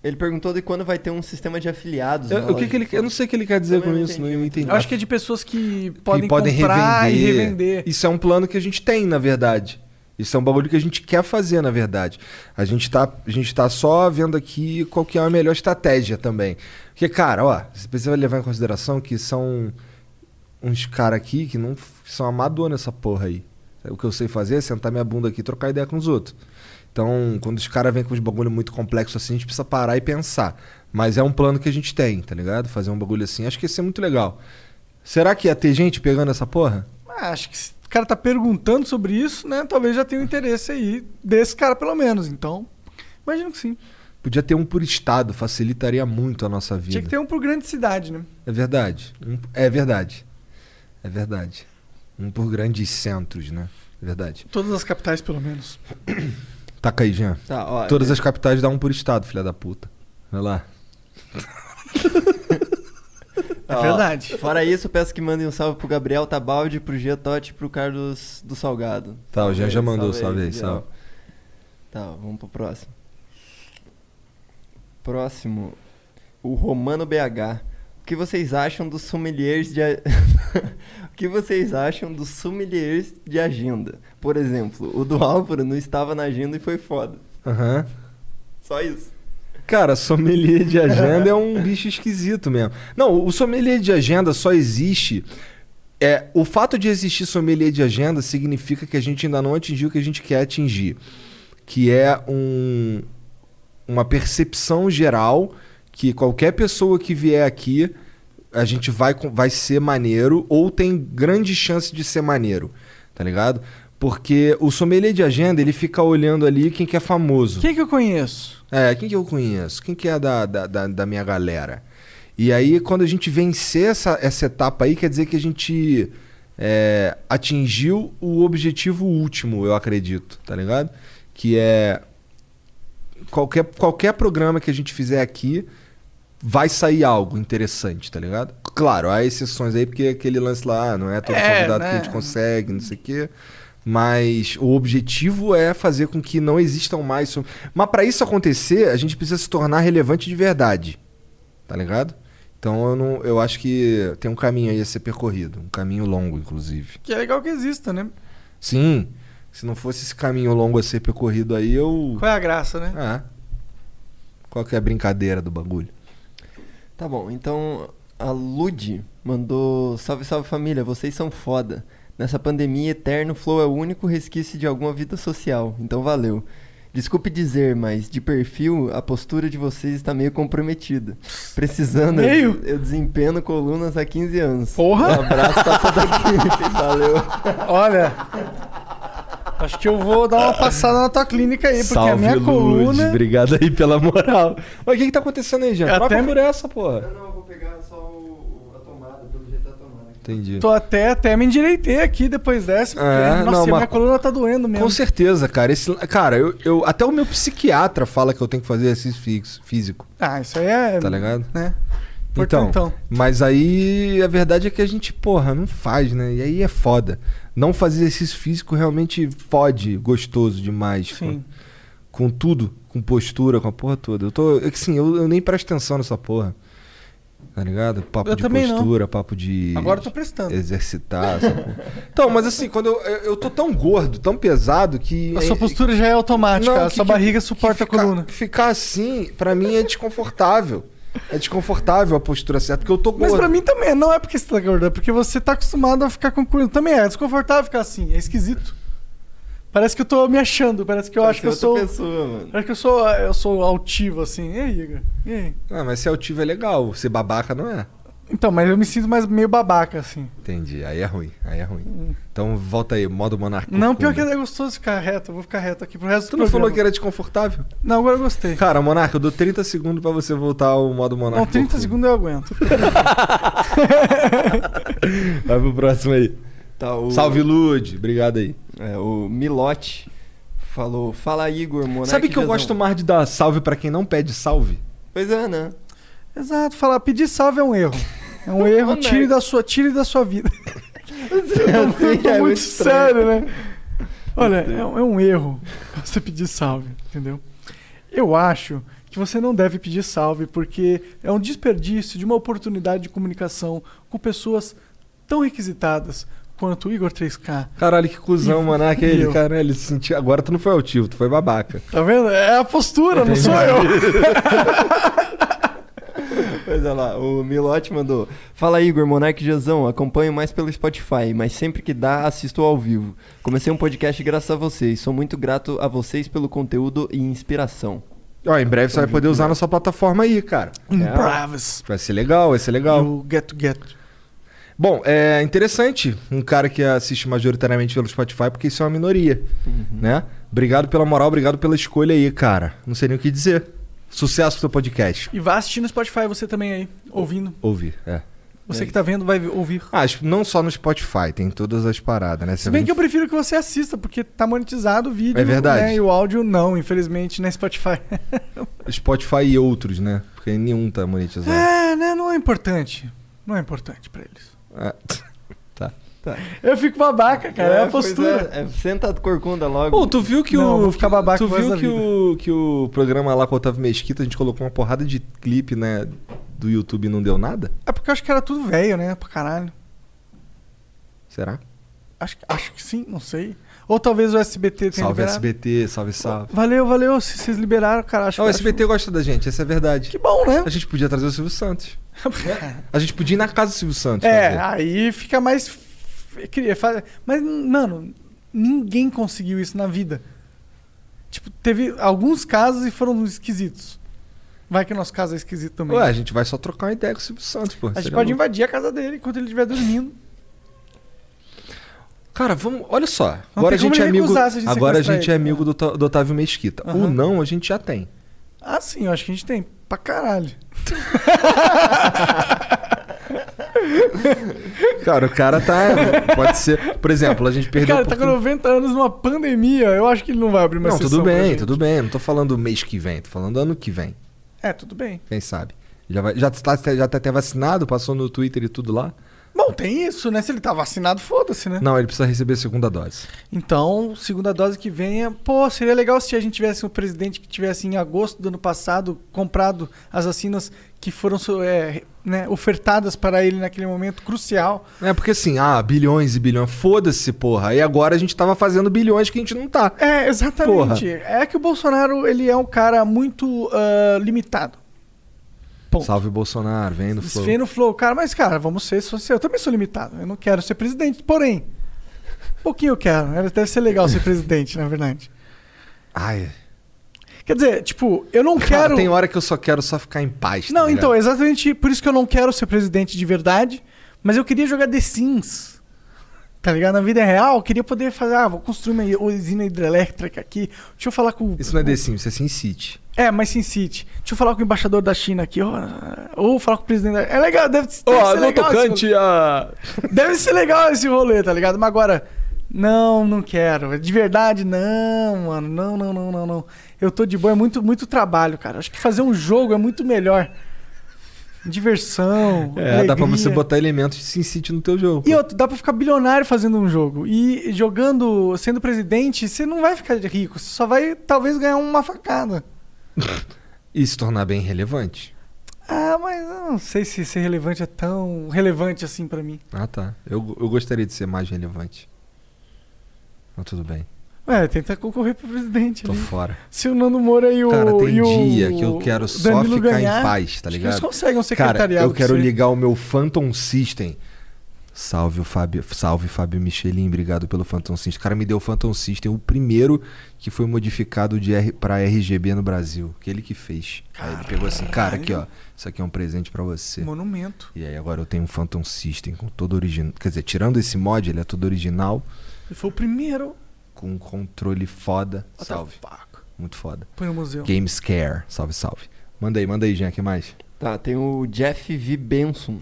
Ele perguntou de quando vai ter um sistema de afiliados. na Eu, o loja que que ele, do eu Flow. não sei o que ele quer dizer Também com não isso. Não entendi. eu entendi. Eu acho que é de pessoas que podem, E podem comprar revender. e revender. Isso é um plano que a gente tem, na verdade. Isso é um bagulho que a gente quer fazer, na verdade. A gente tá, a gente tá só vendo aqui qual que é a melhor estratégia também. Porque, cara, ó, você precisa levar em consideração que são uns caras aqui que não f- são amador nessa porra aí. O que eu sei fazer é sentar minha bunda aqui e trocar ideia com os outros. Então, quando os caras vêm com uns bagulho muito complexo assim, a gente precisa parar e pensar. Mas é um plano que a gente tem, tá ligado? Fazer um bagulho assim. Acho que ia ser muito legal. Será que ia ter gente pegando essa porra? Ah, acho que se o cara tá perguntando sobre isso, né? Talvez já tenha um interesse aí desse cara, pelo menos. Então, imagino que sim. Podia ter um por estado, facilitaria muito a nossa vida. Tinha que ter um por grande cidade, né? É verdade. Um- É verdade. É verdade. Um por grandes centros, né? É verdade. Todas as capitais, pelo menos. Taca aí, Jean. Tá, ó, Todas as capitais dá um por estado, filha da puta. Vai lá. É Ó, verdade. Fora isso, peço que mandem um salve pro Gabriel Tabaldi, pro Gia Totti e pro Carlos do Salgado. Tá, o Jean já aí, mandou, salve aí, Gabriel. salve. Tá, vamos pro próximo. Próximo, o Romano BH. O que vocês acham dos sommeliers de... a- o que vocês acham dos sommeliers de agenda? Por exemplo, o do Álvaro não estava na agenda e foi foda. Aham. Só isso. Cara, sommelier de agenda é um bicho esquisito mesmo. Não, o sommelier de agenda só existe. É, o fato de existir sommelier de agenda significa que a gente ainda não atingiu o que a gente quer atingir, que é um, uma percepção geral que qualquer pessoa que vier aqui a gente vai, com- vai ser maneiro ou tem grande chance de ser maneiro, tá ligado? Porque o sommelier de agenda ele fica olhando ali quem que é famoso. Quem que eu conheço? É, quem que eu conheço? Quem que é da, da, da, da minha galera? E aí, quando a gente vencer essa, essa etapa aí, quer dizer que a gente é, atingiu o objetivo último, eu acredito, tá ligado? Que é. Qualquer, qualquer programa que a gente fizer aqui vai sair algo interessante, tá ligado? Claro, há exceções aí, porque aquele lance lá, ah, não é todo É, convidado né? que a gente consegue, não sei o quê. Mas o objetivo é fazer com que não existam mais. som- Mas pra isso acontecer, a gente precisa se tornar relevante de verdade. Tá ligado? Então eu, não, eu acho que tem um caminho aí a ser percorrido. Um caminho longo, inclusive. Que é legal que exista, né? Sim, se não fosse esse caminho longo a ser percorrido aí, eu. Qual é a graça, né? Ah. Qual que é a brincadeira do bagulho? Tá bom, então a Lud mandou salve, salve família, vocês são foda. Nessa pandemia eterno, o Flow é o único resquício de alguma vida social, então valeu. Desculpe dizer, mas de perfil, a postura de vocês está meio comprometida. Precisando, eu- Meio? Eu, desempenho colunas há 15 anos. Um Porra! abraço pra toda a equipe, valeu. É. Olha. Acho que eu vou dar uma passada na tua clínica É, aí, porque a minha Lud, coluna. Obrigado aí pela moral. Mas o que que tá acontecendo aí, gente? Eu Troca até me- por essa, porra. Não, eu vou pegar só a tomada, pelo jeito da tomada. Entendi. Tô até, até me endireitei aqui depois dessa, porque, É, nossa, não, e minha mas- coluna tá doendo mesmo. Com certeza, cara. Esse, cara, eu, eu- até o meu psiquiatra fala que eu tenho que fazer exercício fixo- físico, Ah, isso aí é. tá ligado? Né? Então, Portantão. mas aí a verdade é que a gente, porra, não faz, né? E aí é foda. Não fazer exercício físico realmente fode gostoso demais. Sim. Com, com tudo, com postura, com a porra toda. Eu tô, é que sim, eu, eu nem presto atenção nessa porra. Tá ligado? Papo Eu de também não. postura, papo de. Agora eu tô prestando. Exercitar, essa porra. Então, mas assim, quando eu, eu, eu tô tão gordo, tão pesado que. A sua postura já é automática, Não, a que- sua que- barriga que suporta ficar- a coluna. Ficar assim, pra mim é desconfortável. É desconfortável a postura certa, porque eu tô gordo. Mas pra mim também, não é porque você tá gordo, é porque você tá acostumado a ficar com coluna. Também é desconfortável ficar assim, é esquisito. Parece que eu tô me achando, parece que eu acho que eu outra sou. pessoa, mano. Parece que eu sou, eu sou altivo, assim. E aí, Igor? E aí? Ah, mas ser altivo é legal, ser babaca não é. Então, mas eu me sinto mais meio babaca, assim. Entendi, aí é ruim, aí é ruim. Então volta aí, modo monarquia. Hum. Não, pior que é gostoso ficar reto, eu vou ficar reto aqui pro resto Tu do não falou programa. que era Tá, desconfortável? Não, agora eu gostei. Cara, Monarca, eu dou 30 segundos pra você voltar ao modo Monarca. um Não, 30 Corcunda. segundos eu aguento. Vai pro próximo aí. Tá, o- Salve, Lude. Obrigado aí. É, o Milote falou: Fala Igor, Monark Sabe que eu Jazão." gosto mais de dar salve pra quem não pede salve? Pois é, né? Exato, falar, pedir salve é um erro. É um erro, tire da sua, tire da sua vida. Eu Eu tô é muito estranho. sério, né? Olha, é, um- é um erro você pedir salve, entendeu? Eu acho que você não deve pedir salve porque é um desperdício de uma oportunidade de comunicação com pessoas tão requisitadas quanto o Igor 3K. Caralho, que cuzão, Monarca. é Ele, eu? cara, ele se sentiu. Agora tu não foi altivo, tu foi babaca. Tá vendo? É a postura, não sou eu. Pois é lá, o Milote mandou: Fala Igor, Monark Jazão, acompanho mais pelo Spotify, mas sempre que dá, assisto ao vivo. Comecei um podcast graças a vocês, sou muito grato a vocês pelo conteúdo e inspiração. Ó, em breve você vai poder usar na sua plataforma aí, cara. Bravas. Vai ser legal, vai ser legal. O Um Get to Get. Bom, é interessante um cara que assiste majoritariamente pelo Spotify, porque isso é uma minoria, Uhum. né? Obrigado pela moral, obrigado pela escolha aí, cara. Não sei nem o que dizer. Sucesso pro teu podcast. E vá assistir no Spotify você também aí, ouvindo. Ouvir, é. Você que tá vendo vai ouvir. Ah, acho- não só no Spotify, tem todas as paradas, né? Você Se bem vem- que eu prefiro que você assista, porque tá monetizado o vídeo. É verdade. É. né? E o áudio não, infelizmente, na Spotify. Spotify e outros, né? Porque nenhum tá monetizado. É, né? Não é importante. Não é importante pra eles. Ah, tá. Eu fico babaca, cara. É, a pois postura. É, é, senta a corcunda logo. Pô, tu viu que Não, o. eu vou ficar babaca tu pro viu resto da que vida. o, que o programa lá com o Otávio Mesquita, a gente colocou uma porrada de clipe, né? Do YouTube e não deu nada? É porque eu acho que era tudo velho, né? Pra caralho. Será? Acho, que- acho que sim, não sei. Ou talvez o SBT tenha Salve liberado. SBT, salve, salve. Valeu, valeu. Se vocês liberaram, cara, acho Ah, o acho- SBT gosta da gente, essa é a verdade. Que bom, né? A gente podia trazer o Silvio Santos. A gente podia ir na casa do Silvio Santos. É, fazer. aí fica mais. f- Queria fazer. Mas, mano, ninguém conseguiu isso na vida. Tipo, teve alguns casos e foram esquisitos. Vai que o nosso caso é esquisito também. Ué, a gente vai só trocar uma ideia com o Silvio Santos, pô. a gente Seria pode louco. invadir a casa dele enquanto ele estiver dormindo. Cara, vamos. Olha só. Agora a tem como gente é ele amigo. recusar se a gente Agora a sequestrar gente é ele. né? amigo do, Ta- do Otávio Mesquita. O Aham. não a gente já tem. Ah, sim, eu acho que a gente tem. Pra caralho. Cara, o cara tá. pode ser. Por exemplo, a gente perdeu. Cara, a ele tá com oportun- 90 anos numa pandemia. Eu acho que ele não vai abrir mais Não, tudo bem, tudo bem. Não tô falando mês que vem, tô falando ano que vem. É, tudo bem. Quem sabe? Já, vai, já, tá, já tá até vacinado, passou no Twitter e tudo lá. Bom, tem isso, né? Se ele tá vacinado, foda-se, né? Não, ele precisa receber a segunda dose. Então, segunda dose que venha. Pô, seria legal se a gente tivesse um presidente que tivesse em agosto do ano passado comprado as vacinas que foram so- é, né, ofertadas para ele naquele momento crucial. É porque assim, ah, bilhões e bilhões. Foda-se, porra. E agora a gente tava fazendo bilhões que a gente não tá. É, exatamente. É que o Bolsonaro, ele é um cara muito ah, limitado. Ponto. Salve Bolsonaro, vem no flow. Desfia no flow, cara. Mas, cara, vamos ser social. Eu também sou limitado. Eu não quero ser presidente, porém. um Pouquinho eu quero. Era- Deve ser legal ser presidente, na verdade. Ai. Quer dizer, tipo, eu não Cara, quero. tem hora que eu só quero só ficar em paz. tá Não, então, ligado? exatamente por isso que eu não quero ser presidente de verdade, mas eu queria jogar The Sims. Tá ligado? Na vida real, eu queria poder fazer, ah, vou construir uma usina hidrelétrica aqui. Deixa eu falar com Isso não é The Sims, isso é SimCity. É, mas Sin City. Deixa eu falar com o embaixador da China aqui, ó. Ou falar com o presidente da. É legal, deve, deve ser legal. assim, esse a. rolê. Deve ser legal esse rolê, tá ligado? Mas agora, não, não quero. De verdade, não, mano. Não, não, não, não, não. Eu tô de boa, é muito, muito trabalho, cara. Acho que fazer um jogo é muito melhor. Diversão. É, dá pra você alegria. botar elementos de SimCity no teu jogo. E pô. outro, dá pra ficar bilionário fazendo um jogo. E jogando, sendo presidente, você não vai ficar rico. Você só vai, talvez, ganhar uma facada. E se tornar bem relevante. Ah, mas eu não sei se ser relevante é tão relevante assim pra mim. Ah, tá. Eu, eu gostaria de ser mais relevante. Mas tudo bem, Ué, É, tenta concorrer pro presidente tô ali. fora. Se o Nando Moura e o. Cara, tem e o dia que eu quero só Danilo ficar ganhar, em paz, tá acho que ligado? Eles conseguem um Cara, secretariado. eu pra quero você. ligar o meu Phantom System. Salve o Fábio, salve Fábio Michelin, obrigado pelo Phantom System. O cara me deu o Phantom System, o primeiro que foi modificado de R para RGB no Brasil, que ele que fez. Aí ele pegou assim, cara, aqui ó, isso aqui é um presente pra você. Monumento. E aí agora eu tenho um Phantom System com todo original, quer dizer, tirando esse mod, ele é todo original, Ele foi o primeiro. com um controle foda. What the Salve, fuck? muito foda. Põe no museu. Game Scare, salve, salve. Manda aí, manda aí, Jean, que mais? Tá, tem o Jeff V. Benson.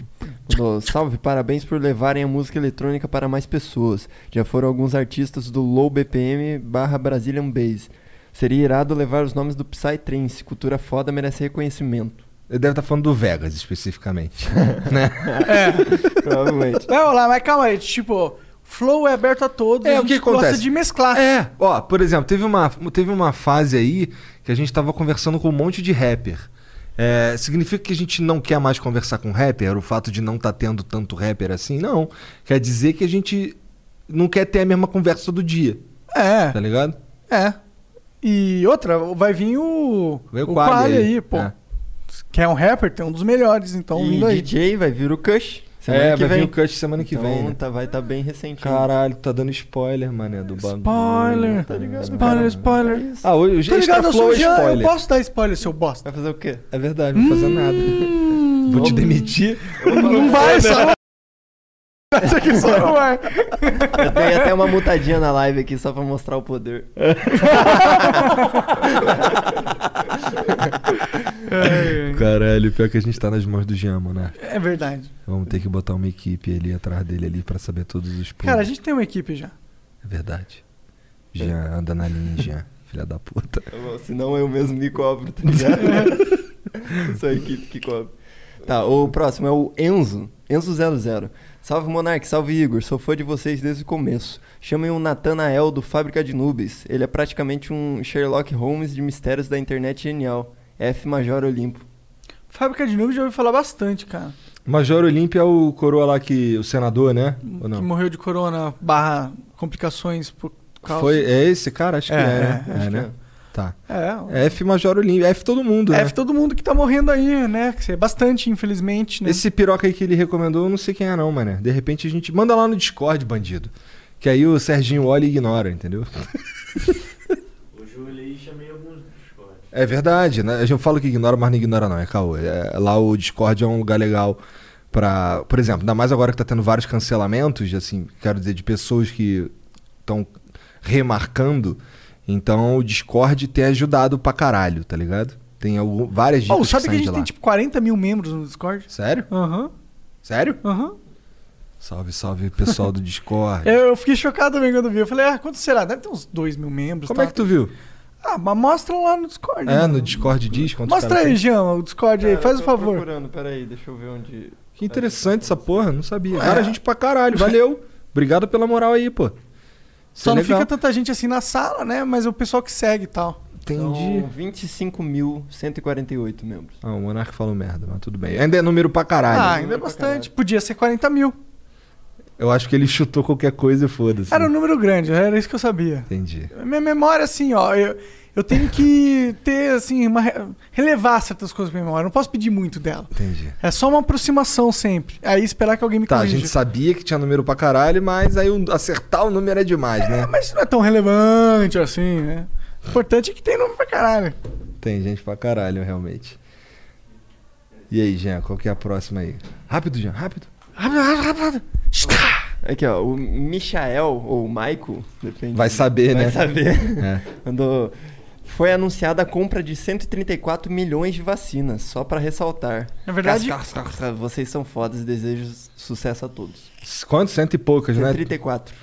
Mandou, Salve, parabéns por levarem a música eletrônica para mais pessoas. Já foram alguns artistas do Low BPM barra Brazilian Bass. Seria irado levar os nomes do Psytrance. Cultura foda merece reconhecimento. Ele deve estar falando do Vegas especificamente. né? Provavelmente. Vai rolar, É, mas calma aí. Tipo, Flow é aberto a todos. É, a o que gente gosta acontece? de mesclar. É, ó, por exemplo, teve uma, teve uma fase aí que a gente tava conversando com um monte de rapper. É, significa que a gente não quer mais conversar com rapper? O fato de não tá tendo tanto rapper assim? Não. Quer dizer que a gente não quer ter a mesma conversa do dia, É. tá ligado? É. E outra, vai vir o. Vem o o Qualy Qualy aí, aí, pô. é. Que é um rapper, tem um dos melhores, então vindo e aí. DJ vai vir o Kush. Semana É, que vai vem. vir o Cush semana que então, vem. né? tá, vai estar bem recente. Caralho, tá dando spoiler, mané, do bagulho. Spoiler, Tá ligado? spoiler, spoiler. É isso. Ah, hoje o Tá ligado? Extra Eu sou Flow o é Jean, eu spoiler. posso dar spoiler, seu bosta. Vai fazer o quê? É verdade, não vou fazer nada. Hum. Vou te demitir. Não vai, né? só vai. Acha que só não vai. Eu tenho até uma mutadinha na live aqui só pra mostrar o poder. Caralho, pior que a gente tá nas mãos do Jean, né? É verdade. Vamos ter que botar uma equipe ali atrás dele ali pra saber todos os pulos. Cara, a gente tem uma equipe já. É verdade. Jean, anda na linha, Jean. Filha da puta. Senão eu mesmo me cobro, tá ligado? Só a equipe que cobre. Tá, o próximo é o Enzo. Enzo00. Salve Monark, salve Igor. Sou fã de vocês desde o começo. Chamem o Natanael do Fábrica de Nubes. Ele é praticamente um Sherlock Holmes de mistérios da internet genial. F Major Olimpo. Fábrica de Nuvens já ouvi falar bastante, cara. Major Olímpio é o coroa lá que. o senador, né? Ou Que não? morreu de corona barra complicações por causa. Foi, é esse cara? Acho É, que é, né? é, É, acho né? Tá. É, É F Major Olímpio. F todo mundo, né? F todo mundo que tá morrendo aí, né? Que é bastante, infelizmente, né? Esse piroca aí que ele recomendou, eu não sei quem é não, mané. De repente a gente... Manda lá no Discord, bandido. Que aí o Serginho olha e ignora, entendeu? Hoje eu olhei e chamei alguns do Discord. É verdade, né? Eu falo que ignora, mas não ignora não, é caô. É, lá o Discord é um lugar legal pra... Por exemplo, ainda mais agora que tá tendo vários cancelamentos, assim, quero dizer, de pessoas que estão remarcando. Então o Discord tem ajudado pra caralho, tá ligado? Tem algum, várias dicas Oh, sabe que, saem a de gente lá. tem tipo 40 mil membros no Discord? Sério? Aham, Sério? aham. Salve, salve, pessoal do Discord. Eu, eu fiquei chocado também quando vi. Eu falei, ah, quanto será? Deve ter uns 2 mil membros. Como é tá? que tu viu? Ah, mas mostra lá no Discord. É, mano. no Discord diz quantos Mostra caras aí, tem. Jean, o Discord aí, Cara, faz eu o tô favor. procurando, peraí, deixa eu ver onde... Que interessante essa porra, não É. sabia. Cara, gente pra caralho, valeu. Obrigado pela moral aí, pô. Isso Só é não legal. fica tanta gente assim na sala, né? Mas o pessoal que segue e tal. Entendi. São 25.148 membros. Ah, o Monark falou merda, mas tudo bem. Ainda é número pra caralho. ah, ainda é bastante. Podia ser 40 mil. Eu acho que ele chutou qualquer coisa e foda-se. Era um número grande, era isso que eu sabia. Entendi. Minha memória, assim, ó, eu, eu tenho que ter, assim, uma. re- relevar certas coisas pra minha memória. Eu não posso pedir muito dela. Entendi. É só uma aproximação sempre. Aí esperar que alguém me Tá, a corrija. gente sabia que tinha número pra caralho, mas aí o- acertar o número é demais, né? Mas isso não é tão relevante assim, né? O importante é que tem número pra caralho. Tem gente pra caralho, realmente. E aí, Jean, qual que é a próxima aí? Rápido, Jean, rápido. Rápido, rápido, rápido, rápido. Aqui, ó, o Michael, ou Maico, depende. Vai saber, né? Vai saber. É. Mandou. Foi anunciada a compra de 134 milhões de vacinas, só pra ressaltar. Na verdade- Casca, casca, casca, vocês são fodas e desejo sucesso a todos. Quanto? Cento e poucas, né? 134.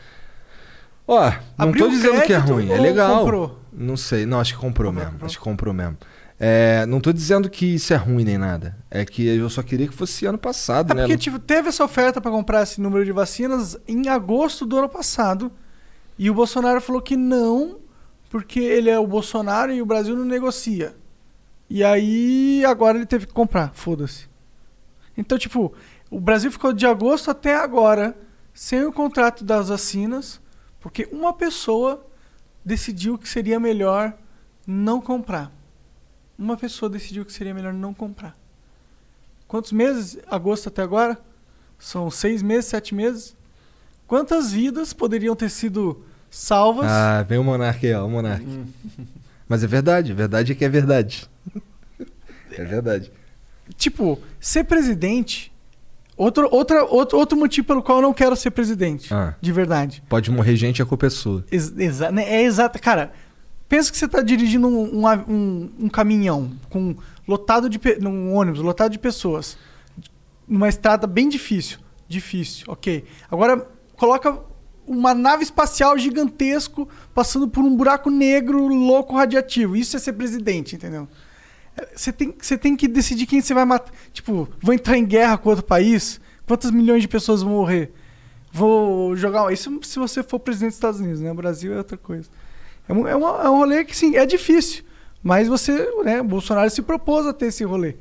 Ó, não Abriu tô dizendo que é crédito ruim, é ou legal. comprou? Não sei, não, acho que comprou mesmo. Acho que comprou mesmo. É, não tô dizendo que isso é ruim nem nada. É que eu só queria que fosse ano passado, É né? porque Não- tipo, teve essa oferta pra comprar esse número de vacinas em agosto do ano passado. E o Bolsonaro falou que não, porque ele é o Bolsonaro e o Brasil não negocia. E aí agora ele teve que comprar, foda-se. Então, tipo, o Brasil ficou de agosto até agora sem o contrato das vacinas, porque uma pessoa decidiu que seria melhor não comprar. Uma pessoa decidiu que seria melhor não comprar. Quantos meses? Agosto até agora? São seis meses, sete meses? Quantas vidas poderiam ter sido salvas? Ah, vem o Monark aí, ó, o Monark. Mas é verdade, a verdade é que é verdade. é verdade. Tipo, ser presidente. Outro, outra, outro, outro motivo pelo qual eu não quero ser presidente. Ah. De verdade. Pode morrer gente e a culpa é sua. Ex- exa- né, é exato. Cara, pensa que você tá dirigindo um, um av- um- um caminhão com lotado de pe- num ônibus lotado de pessoas numa estrada bem difícil, difícil, ok. Agora coloca uma nave espacial gigantesco passando por um buraco negro louco radiativo. Isso é ser presidente, entendeu? É, Você tem, você tem que decidir quem você vai matar. Tipo, vou entrar em guerra com outro país? Quantas milhões de pessoas vão morrer? Vou jogar. Isso se você for presidente dos Estados Unidos, né? O Brasil é outra coisa. É um, é um, é um rolê que, sim, é difícil. Mas você, né? Bolsonaro se propôs a ter esse rolê.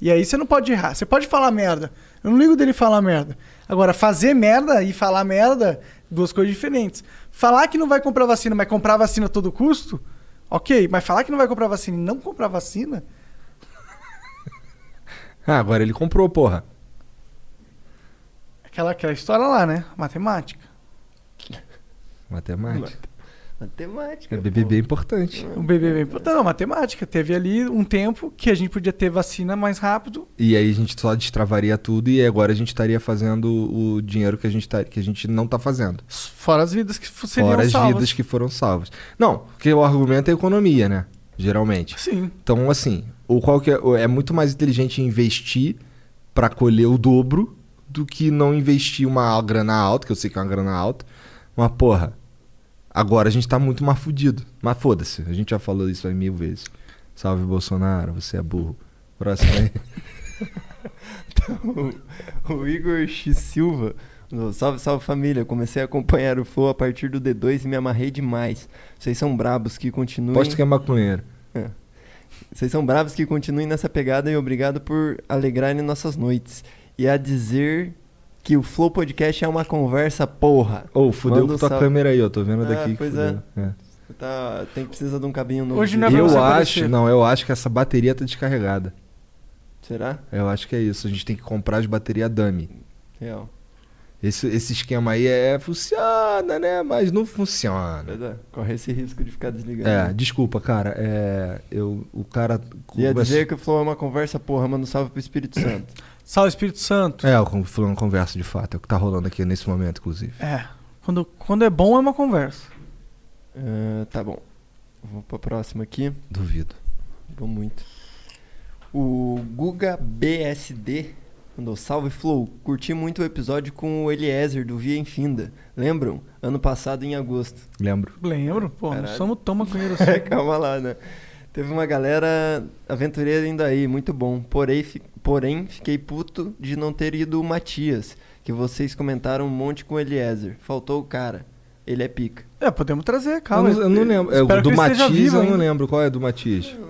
E aí você não pode errar. Você pode falar merda. Eu não ligo dele falar merda. Agora, fazer merda e falar merda, duas coisas diferentes. Falar que não vai comprar vacina, mas comprar vacina a todo custo, ok. Mas falar que não vai comprar vacina e não comprar vacina, Ah, agora ele comprou, porra. aquela, aquela história lá, né? Matemática. Matemática. Matemática. É BBB é importante. O BBB. Puta, Não, matemática. Teve ali um tempo que a gente podia ter vacina mais rápido. E aí a gente só destravaria tudo e agora a gente estaria fazendo o dinheiro que a gente, tá, que a gente não tá fazendo. Fora as vidas que f- seriam Fora as salvas. vidas que foram salvas. Não, porque o argumento é economia, né? Geralmente. Sim. Então, assim, o qual que é, o- é muito mais inteligente investir pra colher o dobro do que não investir uma grana alta, que eu sei que é uma grana alta. Mas, porra, agora a gente tá muito mais fudido. Mas foda-se, a gente já falou isso aí mil vezes. Salve Bolsonaro, você é burro. Próximo aí. O, o Igor X Silva. mandou, Salve, salve família. Comecei a acompanhar o Flow a partir do D2 e me amarrei demais. Vocês são brabos que continuem. Aposto que é maconheiro. Vocês são bravos que continuem nessa pegada e obrigado por alegrarem nossas noites. E a dizer que o Flow Podcast é uma conversa porra. Ô, fudeu Manda com um tua salve. câmera aí, eu tô vendo Ah, daqui. que pois fudeu. É. Você Tá, tem precisa de um cabinho novo. Hoje não é pra Eu você acho, aparecer. não, eu acho que essa bateria tá descarregada. Será? Eu acho que é isso. A gente tem que comprar as baterias dummy. Real. Esse, esse esquema aí é funciona, né? Mas não funciona. Verdade. é. Corre esse risco de ficar desligado. É, desculpa, cara. É, eu, o cara. Ia dizer que o Flow é uma conversa porra, manda um salve pro Espírito Santo. Salve, Espírito Santo. É, eu falando conversa de fato. É o que tá rolando aqui nesse momento, inclusive. É. Quando, quando é bom, é uma conversa. Ah, tá bom. Vou pra próxima aqui. Duvido. Bom muito. O Guga BSD mandou salve Flow. Curti muito o episódio com o Eliezer do Via Infinda. Lembram? Ano passado em agosto. Lembro. Lembro? Pô, não Caralho. somos tão maconheiros assim. Calma lá, né? Teve uma galera aventureira ainda aí, muito bom. Porém, fi- porém, fiquei puto de não ter ido o Matias, que vocês comentaram um monte com o Eliezer. Faltou o cara. Ele é pica. É, podemos trazer, calma. Calma, eu, não, eu não lembro. É, Espero o do que ele esteja Matiz, vivo eu não ainda. lembro. Qual é do Matiz?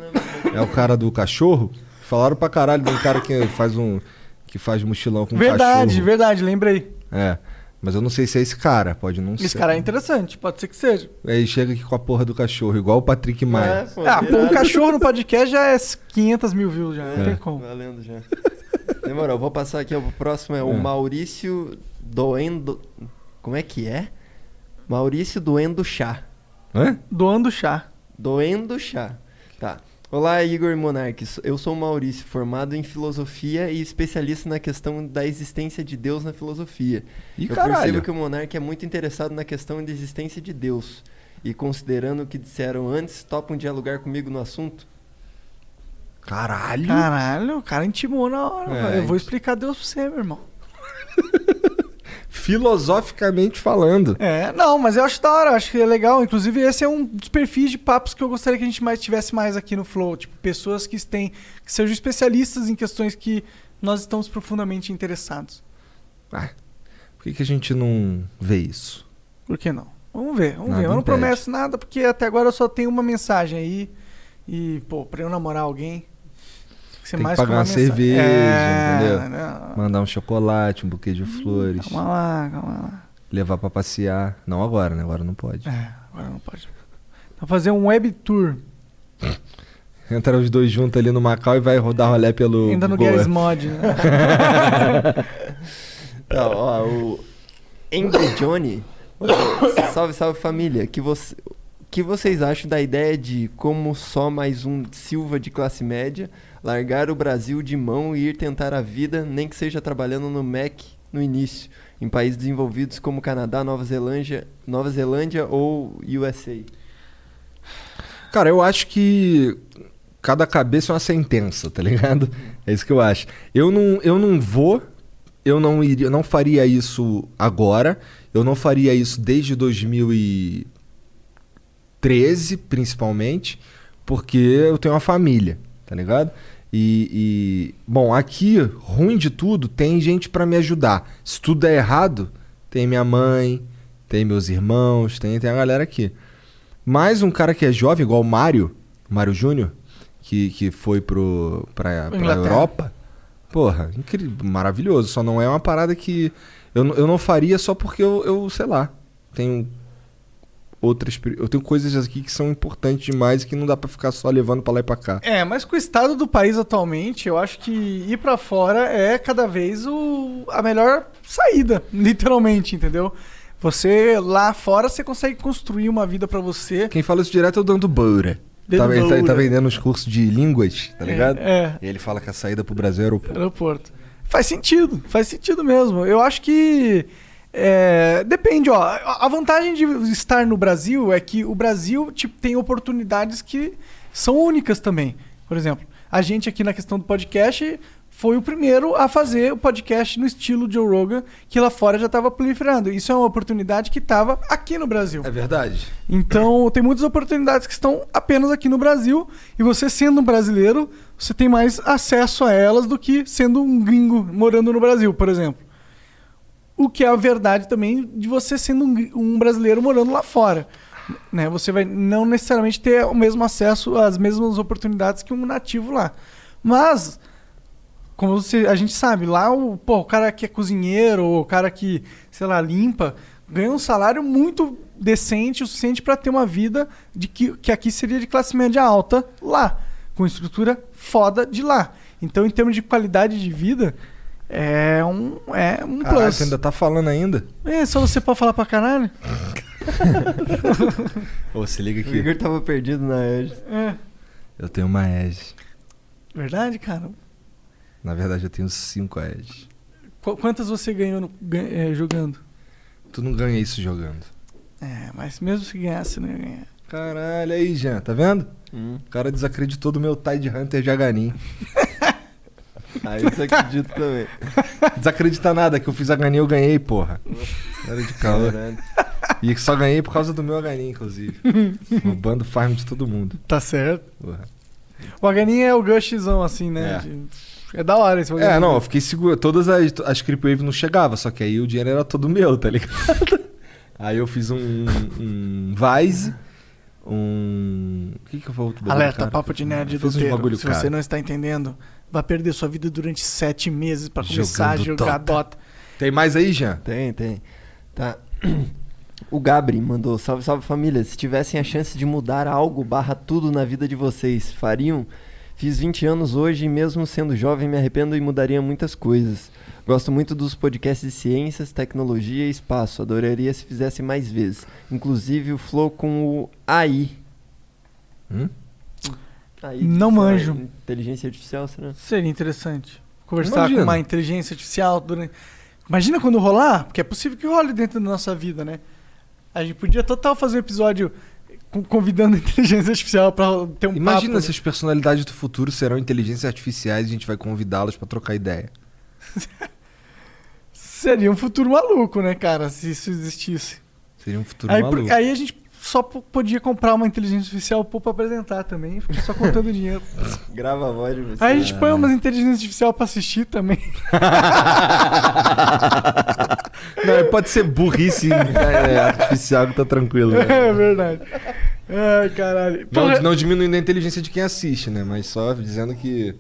É o cara do cachorro? Falaram pra caralho de um cara que faz um. que faz mochilão com Verdade, Um cachorro. verdade, lembrei. É. Mas eu não sei se é esse cara, pode não ser. Esse cara é interessante, pode ser que seja. Aí chega aqui com a porra do cachorro, igual o Patrick Maia. é, pô, Ah, pô, um irado. cachorro no podcast já é 500 mil views, já. Não É. tem como. Valendo já. Demorou, vou passar aqui. O próximo é o É. Maurício Doendo. Como é que é? Maurício Doendo Chá. Hã? Doando chá. Doendo Chá. Tá. Olá, Igor e Monark. Eu sou o Maurício, formado em filosofia e especialista na questão da existência de Deus na filosofia. Ih, Eu caralho. percebo que o Monark é muito interessado na questão da existência de Deus. E considerando o que disseram antes, topam dialogar comigo no assunto? Caralho. Caralho, o cara intimou na hora. É, mano. Eu vou int- explicar Deus pra você, meu irmão. Filosoficamente falando. É, não, mas eu acho da hora, eu acho que é legal. Inclusive, esse é um dos perfis de papos que eu gostaria que a gente mais tivesse mais aqui no Flow. Tipo, pessoas que têm, que sejam especialistas em questões que nós estamos profundamente interessados. Por que, que a gente não vê isso? Por que não? Vamos ver, vamos Nada ver. Eu não impede. prometo nada, porque até agora eu só tenho uma mensagem aí. E, pô, pra eu namorar alguém. tem que ser Tem que mais pagar uma uma mensagem. É, cerveja, entendeu? Não, Mandar um chocolate, um buquê de Hum, flores, calma lá, calma lá. levar pra passear. Não agora, né? Agora não pode. É, agora não pode. Vou fazer um web tour, Entrar os dois juntos ali no Macau e vai rodar rolé pelo. ainda no Goa. Guedes Mod, né? Tá, ó, o Angry Johnny. salve, salve família. Que você que vocês acham da ideia de como só mais um Silva de classe média largar o Brasil de mão e ir tentar a vida, nem que seja trabalhando no Mac no início, em países desenvolvidos como Canadá, Nova Zelândia, Nova Zelândia ou USA? Cara, eu acho que cada cabeça é uma sentença, tá ligado? É isso que eu acho. Eu não, eu não vou, eu não iria, eu não faria isso agora, eu não faria isso desde 2013, principalmente, porque eu tenho uma família, tá ligado? E, e, bom, aqui, ruim de tudo, tem gente pra me ajudar. Se tudo der errado, tem minha mãe, tem meus irmãos, tem, tem a galera aqui. Mas um cara que é jovem, igual o Mário, Mário Júnior, que, que foi pro, pra, pra Inglaterra. Europa, porra, incrível, maravilhoso. Só não é uma parada que eu, n- eu não faria só porque eu, eu, sei lá, tenho outras. pri- Eu tenho coisas aqui que são importantes demais e que não dá pra ficar só levando pra lá e pra cá. É, mas com o estado do país atualmente, eu acho que ir pra fora é cada vez o, a melhor saída, literalmente, entendeu? Você lá fora você consegue construir uma vida pra você. Quem fala isso direto é o Dando Boura. Dando Tá, ele, tá, ele tá Boura. vendendo uns cursos de línguas, tá ligado? É, E ele fala que a saída pro Brasil é o aeroporto. aeroporto. Faz sentido, faz sentido mesmo. Eu acho que é, depende, ó. A vantagem de estar no Brasil é que o Brasil tipo, tem oportunidades que são únicas também. Por exemplo, a gente aqui na questão do podcast foi o primeiro a fazer o podcast no estilo Joe Rogan, que lá fora já estava proliferando. Isso é uma oportunidade que estava aqui no Brasil. verdade. Então, tem muitas oportunidades que estão apenas aqui no Brasil. E você, sendo um brasileiro, você tem mais acesso a elas do que sendo um gringo morando no Brasil, por exemplo. O que é a verdade também de você sendo um, gri- um brasileiro morando lá fora. Né? Você vai não necessariamente ter o mesmo acesso às mesmas oportunidades que um nativo lá. Mas Como você- a gente sabe, lá o, pô, o cara que é cozinheiro, ou o cara que, sei lá, limpa, ganha um salário muito decente, o suficiente para ter uma vida de que, que aqui seria de classe média alta lá, com estrutura foda de lá. Então, em termos de qualidade de vida, é um, é um Caralho, plus. você ainda tá falando ainda? É, só você pode falar pra caralho? Ô, se liga O aqui. Igor tava perdido na Edge. É. Eu tenho uma Edge. Verdade, cara? Na verdade, eu tenho cinco Edge. Qu- quantas você ganhou no- gan- eh, jogando? Tu não ganha isso jogando. É, mas mesmo se ganhasse, não ia ganhar. Caralho, aí, Jean, tá vendo? Hum. O cara desacreditou do meu Tide Hunter de Aganin. Aí eu acredito também. Desacredita nada, que eu fiz Aganin eu ganhei, porra. Era de calor. Caralho. E que só ganhei por causa do meu Aganin, inclusive. Roubando farm de todo mundo. Tá certo. Porra. O Aganin é o gushzão, assim, né? É. De- É, da hora esse Aganin. É, não, eu fiquei seguro. Todas as, as Creep Wave não chegava, só que aí o dinheiro era todo meu, tá ligado? aí eu fiz um, um Vise, um... O que que foi o outro bagulho, Alerta, cara? papo de nerd Eu do fiz uns bagulho, Se você cara. não está entendendo, vai perder sua vida durante sete meses pra começar Jogando a jogar Dota. Tem mais aí, Jean? Um Tem, tem. Tá. O Gabri mandou, salve, salve família. Se tivessem a chance de mudar algo barra tudo na vida de vocês, fariam? Fiz 20 anos hoje e mesmo sendo jovem me arrependo e mudaria muitas coisas. Gosto muito dos podcasts de ciências, tecnologia e espaço. Adoraria se fizessem mais vezes. Inclusive o Flow com o AI. Hum? AI, Não sei lá, manjo. Inteligência artificial, será? Seria interessante. Conversar Imagina. com uma inteligência artificial durante. Imagina quando rolar, porque é possível que role dentro da nossa vida, né? A gente podia total fazer um episódio com- convidando a inteligência artificial pra ter um Imagina papo. se as personalidades do futuro serão inteligências artificiais e a gente vai convidá-las pra trocar ideia. Seria um futuro maluco, né, cara? Se isso existisse. Seria um futuro Aí, maluco. por- aí a gente só po- podia comprar uma inteligência artificial pô, pra apresentar também, fica só contando dinheiro. Grava a voz de você. Aí a gente É. põe umas inteligências artificial pra assistir também. Não, pode ser burrice é, artificial que tá tranquilo. né? É verdade. Ai, caralho. Porra, Não, não diminuindo a inteligência de quem assiste, né? Mas só dizendo que.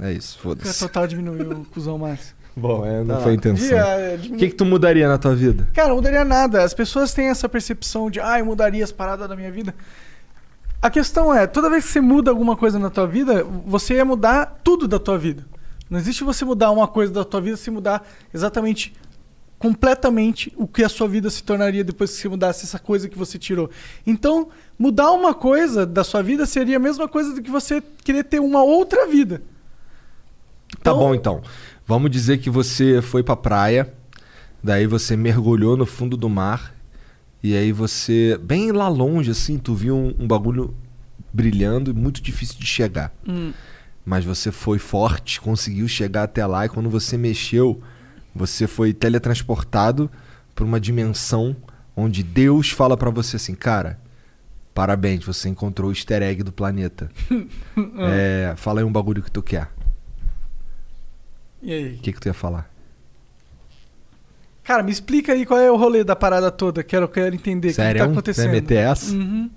É isso, Cara, foda-se. total diminuiu o cuzão mais. Bom, é, não Tá foi a lá. intenção. Dia, O diminuiu. que, que tu mudaria na tua vida? ah, Cara, não mudaria nada. As pessoas têm essa percepção de, ai, eu mudaria as paradas da minha vida. A questão é, toda vez que você muda alguma coisa na tua vida, você ia mudar tudo da tua vida. Não existe você mudar uma coisa da tua vida se mudar exatamente, completamente o que a sua vida se tornaria depois que você mudasse essa coisa que você tirou. Então, mudar uma coisa da sua vida seria a mesma coisa do que você querer ter uma outra vida. Tá Então- bom, então. Vamos dizer que você foi pra praia, daí você mergulhou no fundo do mar, e aí você, bem lá longe, assim, tu viu um, um bagulho brilhando e muito difícil de chegar. Mas você foi forte, conseguiu chegar até lá, e quando você mexeu, você foi teletransportado pra uma dimensão onde Deus fala pra você assim, cara. Parabéns, você encontrou o easter egg do planeta. É, fala aí um bagulho que tu quer. E aí? O que, que tu ia falar? Cara, me explica aí qual é o rolê da parada toda. Quero, quero entender o que, que Sério? É um Você tá ia acontecendo. meter essa? Uhum.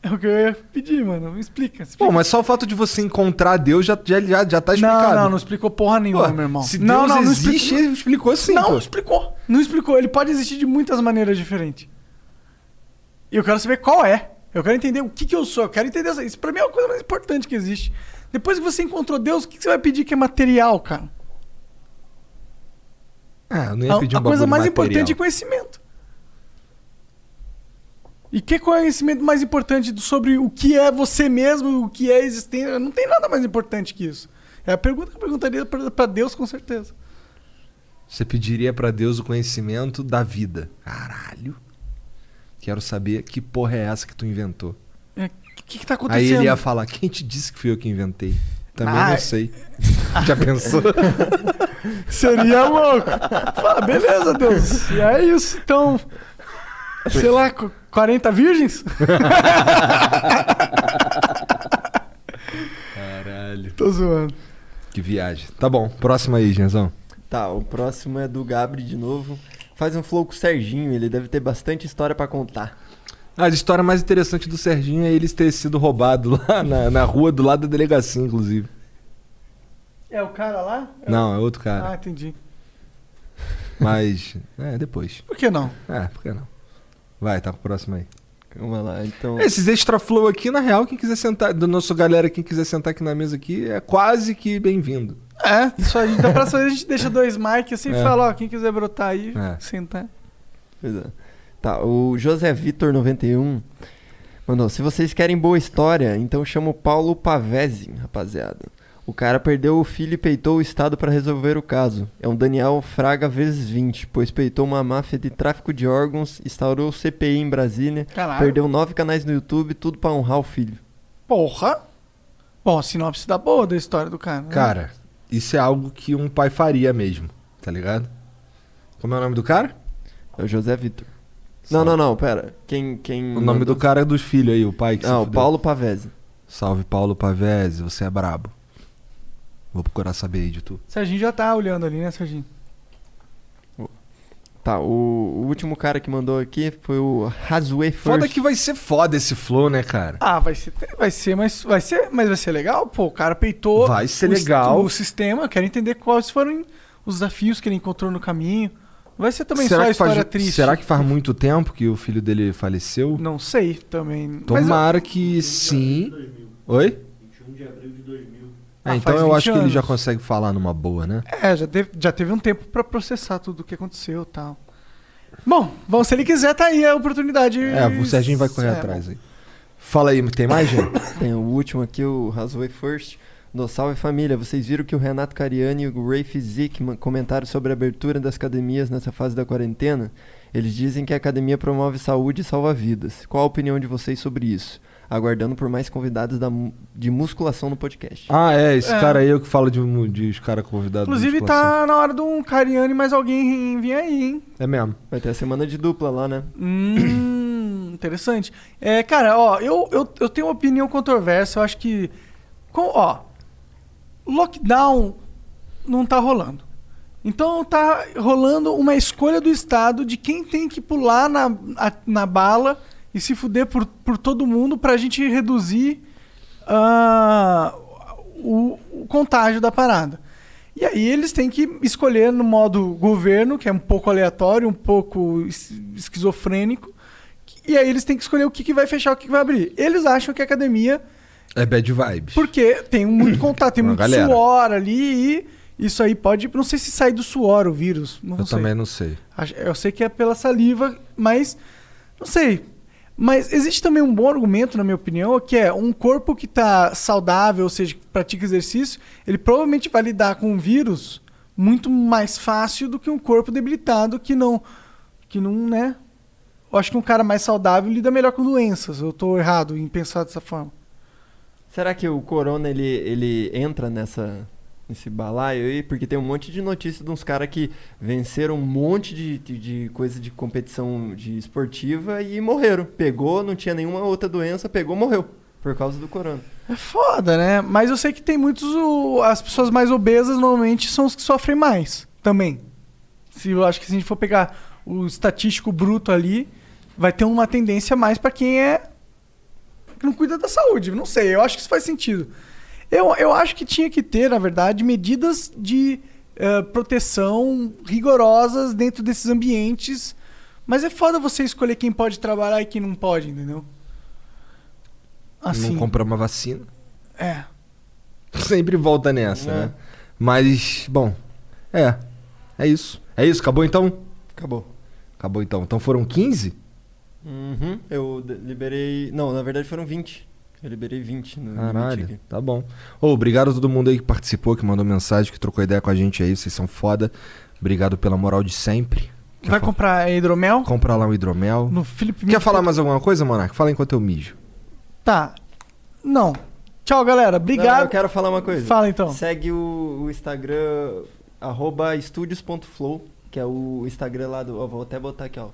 É o que eu ia pedir, mano. Me explica. explica. Bom, mas só o fato de você encontrar Deus já, já, já, já tá explicado. não, não, não explicou porra nenhuma, Pô, meu irmão. Se Deus não, não, existe, não explicou. ele explicou sim. não, pô. não explicou. Não explicou. Ele pode existir de muitas maneiras diferentes. E eu quero saber qual é. Eu quero entender o que, que eu sou. Eu quero entender essa- isso. Pra mim é a coisa mais importante que existe. Depois que você encontrou Deus, o que, que você vai pedir que é material, cara? Ah, eu não ia A, pedir um a coisa bagulho mais material. importante é conhecimento. E que conhecimento mais importante do- sobre o que é você mesmo, o que é existência? Não tem nada mais importante que isso. É a pergunta que eu perguntaria pra pra Deus, com certeza. Você pediria pra Deus o conhecimento da vida. Caralho. Quero saber que porra é essa que tu inventou. É, O que, que tá Aí acontecendo? ele ia falar: quem te disse que fui eu que inventei? Também Ah, é- não sei. Já pensou? Seria louco. Fala, beleza, Deus. E é isso, então. Sei lá, qu- 40 virgens? Caralho. Tô zoando. Que viagem. Tá bom, próxima aí, Genzão. Tá, o próximo é do Gabri de novo. Faz um flow com o Serginho, ele deve ter bastante história pra contar. Ah, a história mais interessante do Serginho é ele ter sido roubado lá na, na rua do lado da delegacia, inclusive. É o cara lá? É o- Não, é outro Ah, cara. entendi. Mas. É, depois. Por que não? É, por que não? Vai, tá pro próximo aí. Vamos lá, então. É, Esses extra flow aqui, na real, quem quiser sentar, do nosso galera, quem quiser sentar aqui na mesa aqui, é quase que bem-vindo. É, só a gente, da próxima vez a gente deixa dois mic assim É. e fala, ó, quem quiser brotar aí, tá? É. sentar. Pois é. Tá, o José Vitor 91 mandou: "Se vocês querem boa história, então chama o Paulo Pavese, rapaziada. O cara perdeu o filho e peitou o estado pra resolver o caso. É um Daniel Fraga vezes 20, pois peitou uma máfia de tráfico de órgãos, instaurou CPI em Brasília, Caralho. perdeu nove canais no YouTube, tudo pra honrar o filho." Porra! Bom, a sinopse da boa da história do cara. né? Cara, isso é algo que um pai faria mesmo, tá ligado? Como é o nome do cara? É o José Vitor. Não, não, não, pera. Quem quem O nome do cara é dos filhos aí, o pai que se Ah, o fudeu. Paulo Pavese. Salve, Paulo Pavese, você é brabo. Vou procurar saber aí de tu. Serginho já tá olhando ali, né, Serginho? Tá, o, o último cara que mandou aqui foi o Hazue Foda First. que vai ser foda esse flow, né, cara? Ah, vai ser, vai ser, mas vai ser, mas vai ser legal, pô. O cara peitou Vai ser o, est- legal. o sistema, eu quero entender quais foram os desafios que ele encontrou no caminho. Vai ser também será só que história faz, triste. Será que faz muito tempo que o filho dele faleceu? Não sei também. mas eu- Tomara que sim. Oi? 21 de abril de 2000. Ah, Ah, então faz eu 20 acho que ele já anos. consegue falar numa boa, né? É, já teve, já teve um tempo pra processar tudo o que aconteceu e tal. Bom, bom, se ele quiser, tá aí a oportunidade. É, o Serginho vai correr É. atrás aí. Fala aí, tem mais gente? Tem o último aqui, o Hasway First. Do Salve Família, vocês viram que o Renato Cariani e o Rafe Zickman comentaram sobre a abertura das academias nessa fase da quarentena? Eles dizem que a academia promove saúde e salva vidas. Qual a opinião de vocês sobre isso? Aguardando por mais convidados da mu- de musculação no podcast. Ah, é, esse É. cara aí é o que fala de, um- de os caras convidados. Inclusive, de musculação. tá na hora de um Cariani mais alguém vir aí, hein? É mesmo. Vai ter a semana de dupla lá, né? Hum, interessante. É, cara, ó, eu, eu, eu tenho uma opinião controversa. Eu acho que. Com, ó. Lockdown não tá rolando. Então tá rolando uma escolha do Estado de quem tem que pular na, a- na bala e se fuder por, por todo mundo pra gente reduzir ah, o, o contágio da parada. E aí eles têm que escolher no modo governo, que é um pouco aleatório, um pouco es- esquizofrênico. E aí eles têm que escolher o que, que vai fechar, o que, que vai abrir. Eles acham que a academia É bad vibes. porque tem um muito contato, tem Uma muito galera. suor ali e isso aí pode. Não sei se sai do suor o vírus. Não Eu sei. também não sei. Acho- Eu sei que é pela saliva, mas. Não sei. Mas existe também um bom argumento, na minha opinião, que é um corpo que está saudável, ou seja, que pratica exercício, ele provavelmente vai lidar com o vírus muito mais fácil do que um corpo debilitado que não. que não, né? Eu acho que um cara mais saudável lida melhor com doenças. Eu estou errado em pensar dessa forma. Será que o corona ele, ele entra nessa nesse balaio aí? Porque tem um monte de notícia de uns caras que venceram um monte de, de, de coisa de competição de esportiva e morreram. Pegou, não tinha nenhuma outra doença, pegou, morreu. Por causa do corona. É foda, né? Mas eu sei que tem muitos. o- as pessoas mais obesas normalmente são os que sofrem mais também. Se eu acho que se a gente for pegar o estatístico bruto ali, vai ter uma tendência mais pra quem é. que não cuida da saúde. Não sei, eu acho que isso faz sentido. Eu, eu acho que tinha que ter, na verdade, medidas de eh, proteção rigorosas dentro desses ambientes. Mas é foda você escolher quem pode trabalhar e quem não pode, entendeu? Ah, Assim, Não comprar uma vacina. É. Sempre volta nessa, É. né? Mas, bom, é. É isso. É isso, acabou então? Acabou. Acabou então. Então foram 15? Uhum. Eu de- liberei. Não, na verdade foram 20. Eu liberei 20 no limite Caralho, aqui. tá bom. Ô, obrigado a todo mundo aí que participou, que mandou mensagem, que trocou ideia com a gente aí. Vocês são foda. Obrigado pela moral de sempre. Quer Vai fa- comprar hidromel? comprar lá um hidromel. No Felipe Quer Mix- falar mais alguma coisa, Monarca? Fala enquanto eu mijo. Tá. Não. Tchau, galera. Não, Obrigado. eu quero falar uma coisa. Fala então. Segue o, o Instagram, arroba estúdios.flow, que é o Instagram lá do. Ó, vou até botar aqui, ó.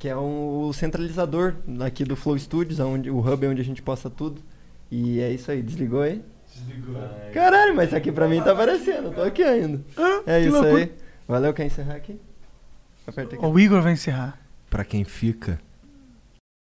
Que é um, o centralizador aqui do Flow Studios, onde, o hub é onde a gente posta tudo. E é isso aí, desligou aí? Desligou. Caralho, mas aqui pra mim tá aparecendo, eu tô aqui ainda. É que isso loucura. aí. Valeu, quer encerrar aqui? Aperta aqui. O Igor vai encerrar. Pra quem fica.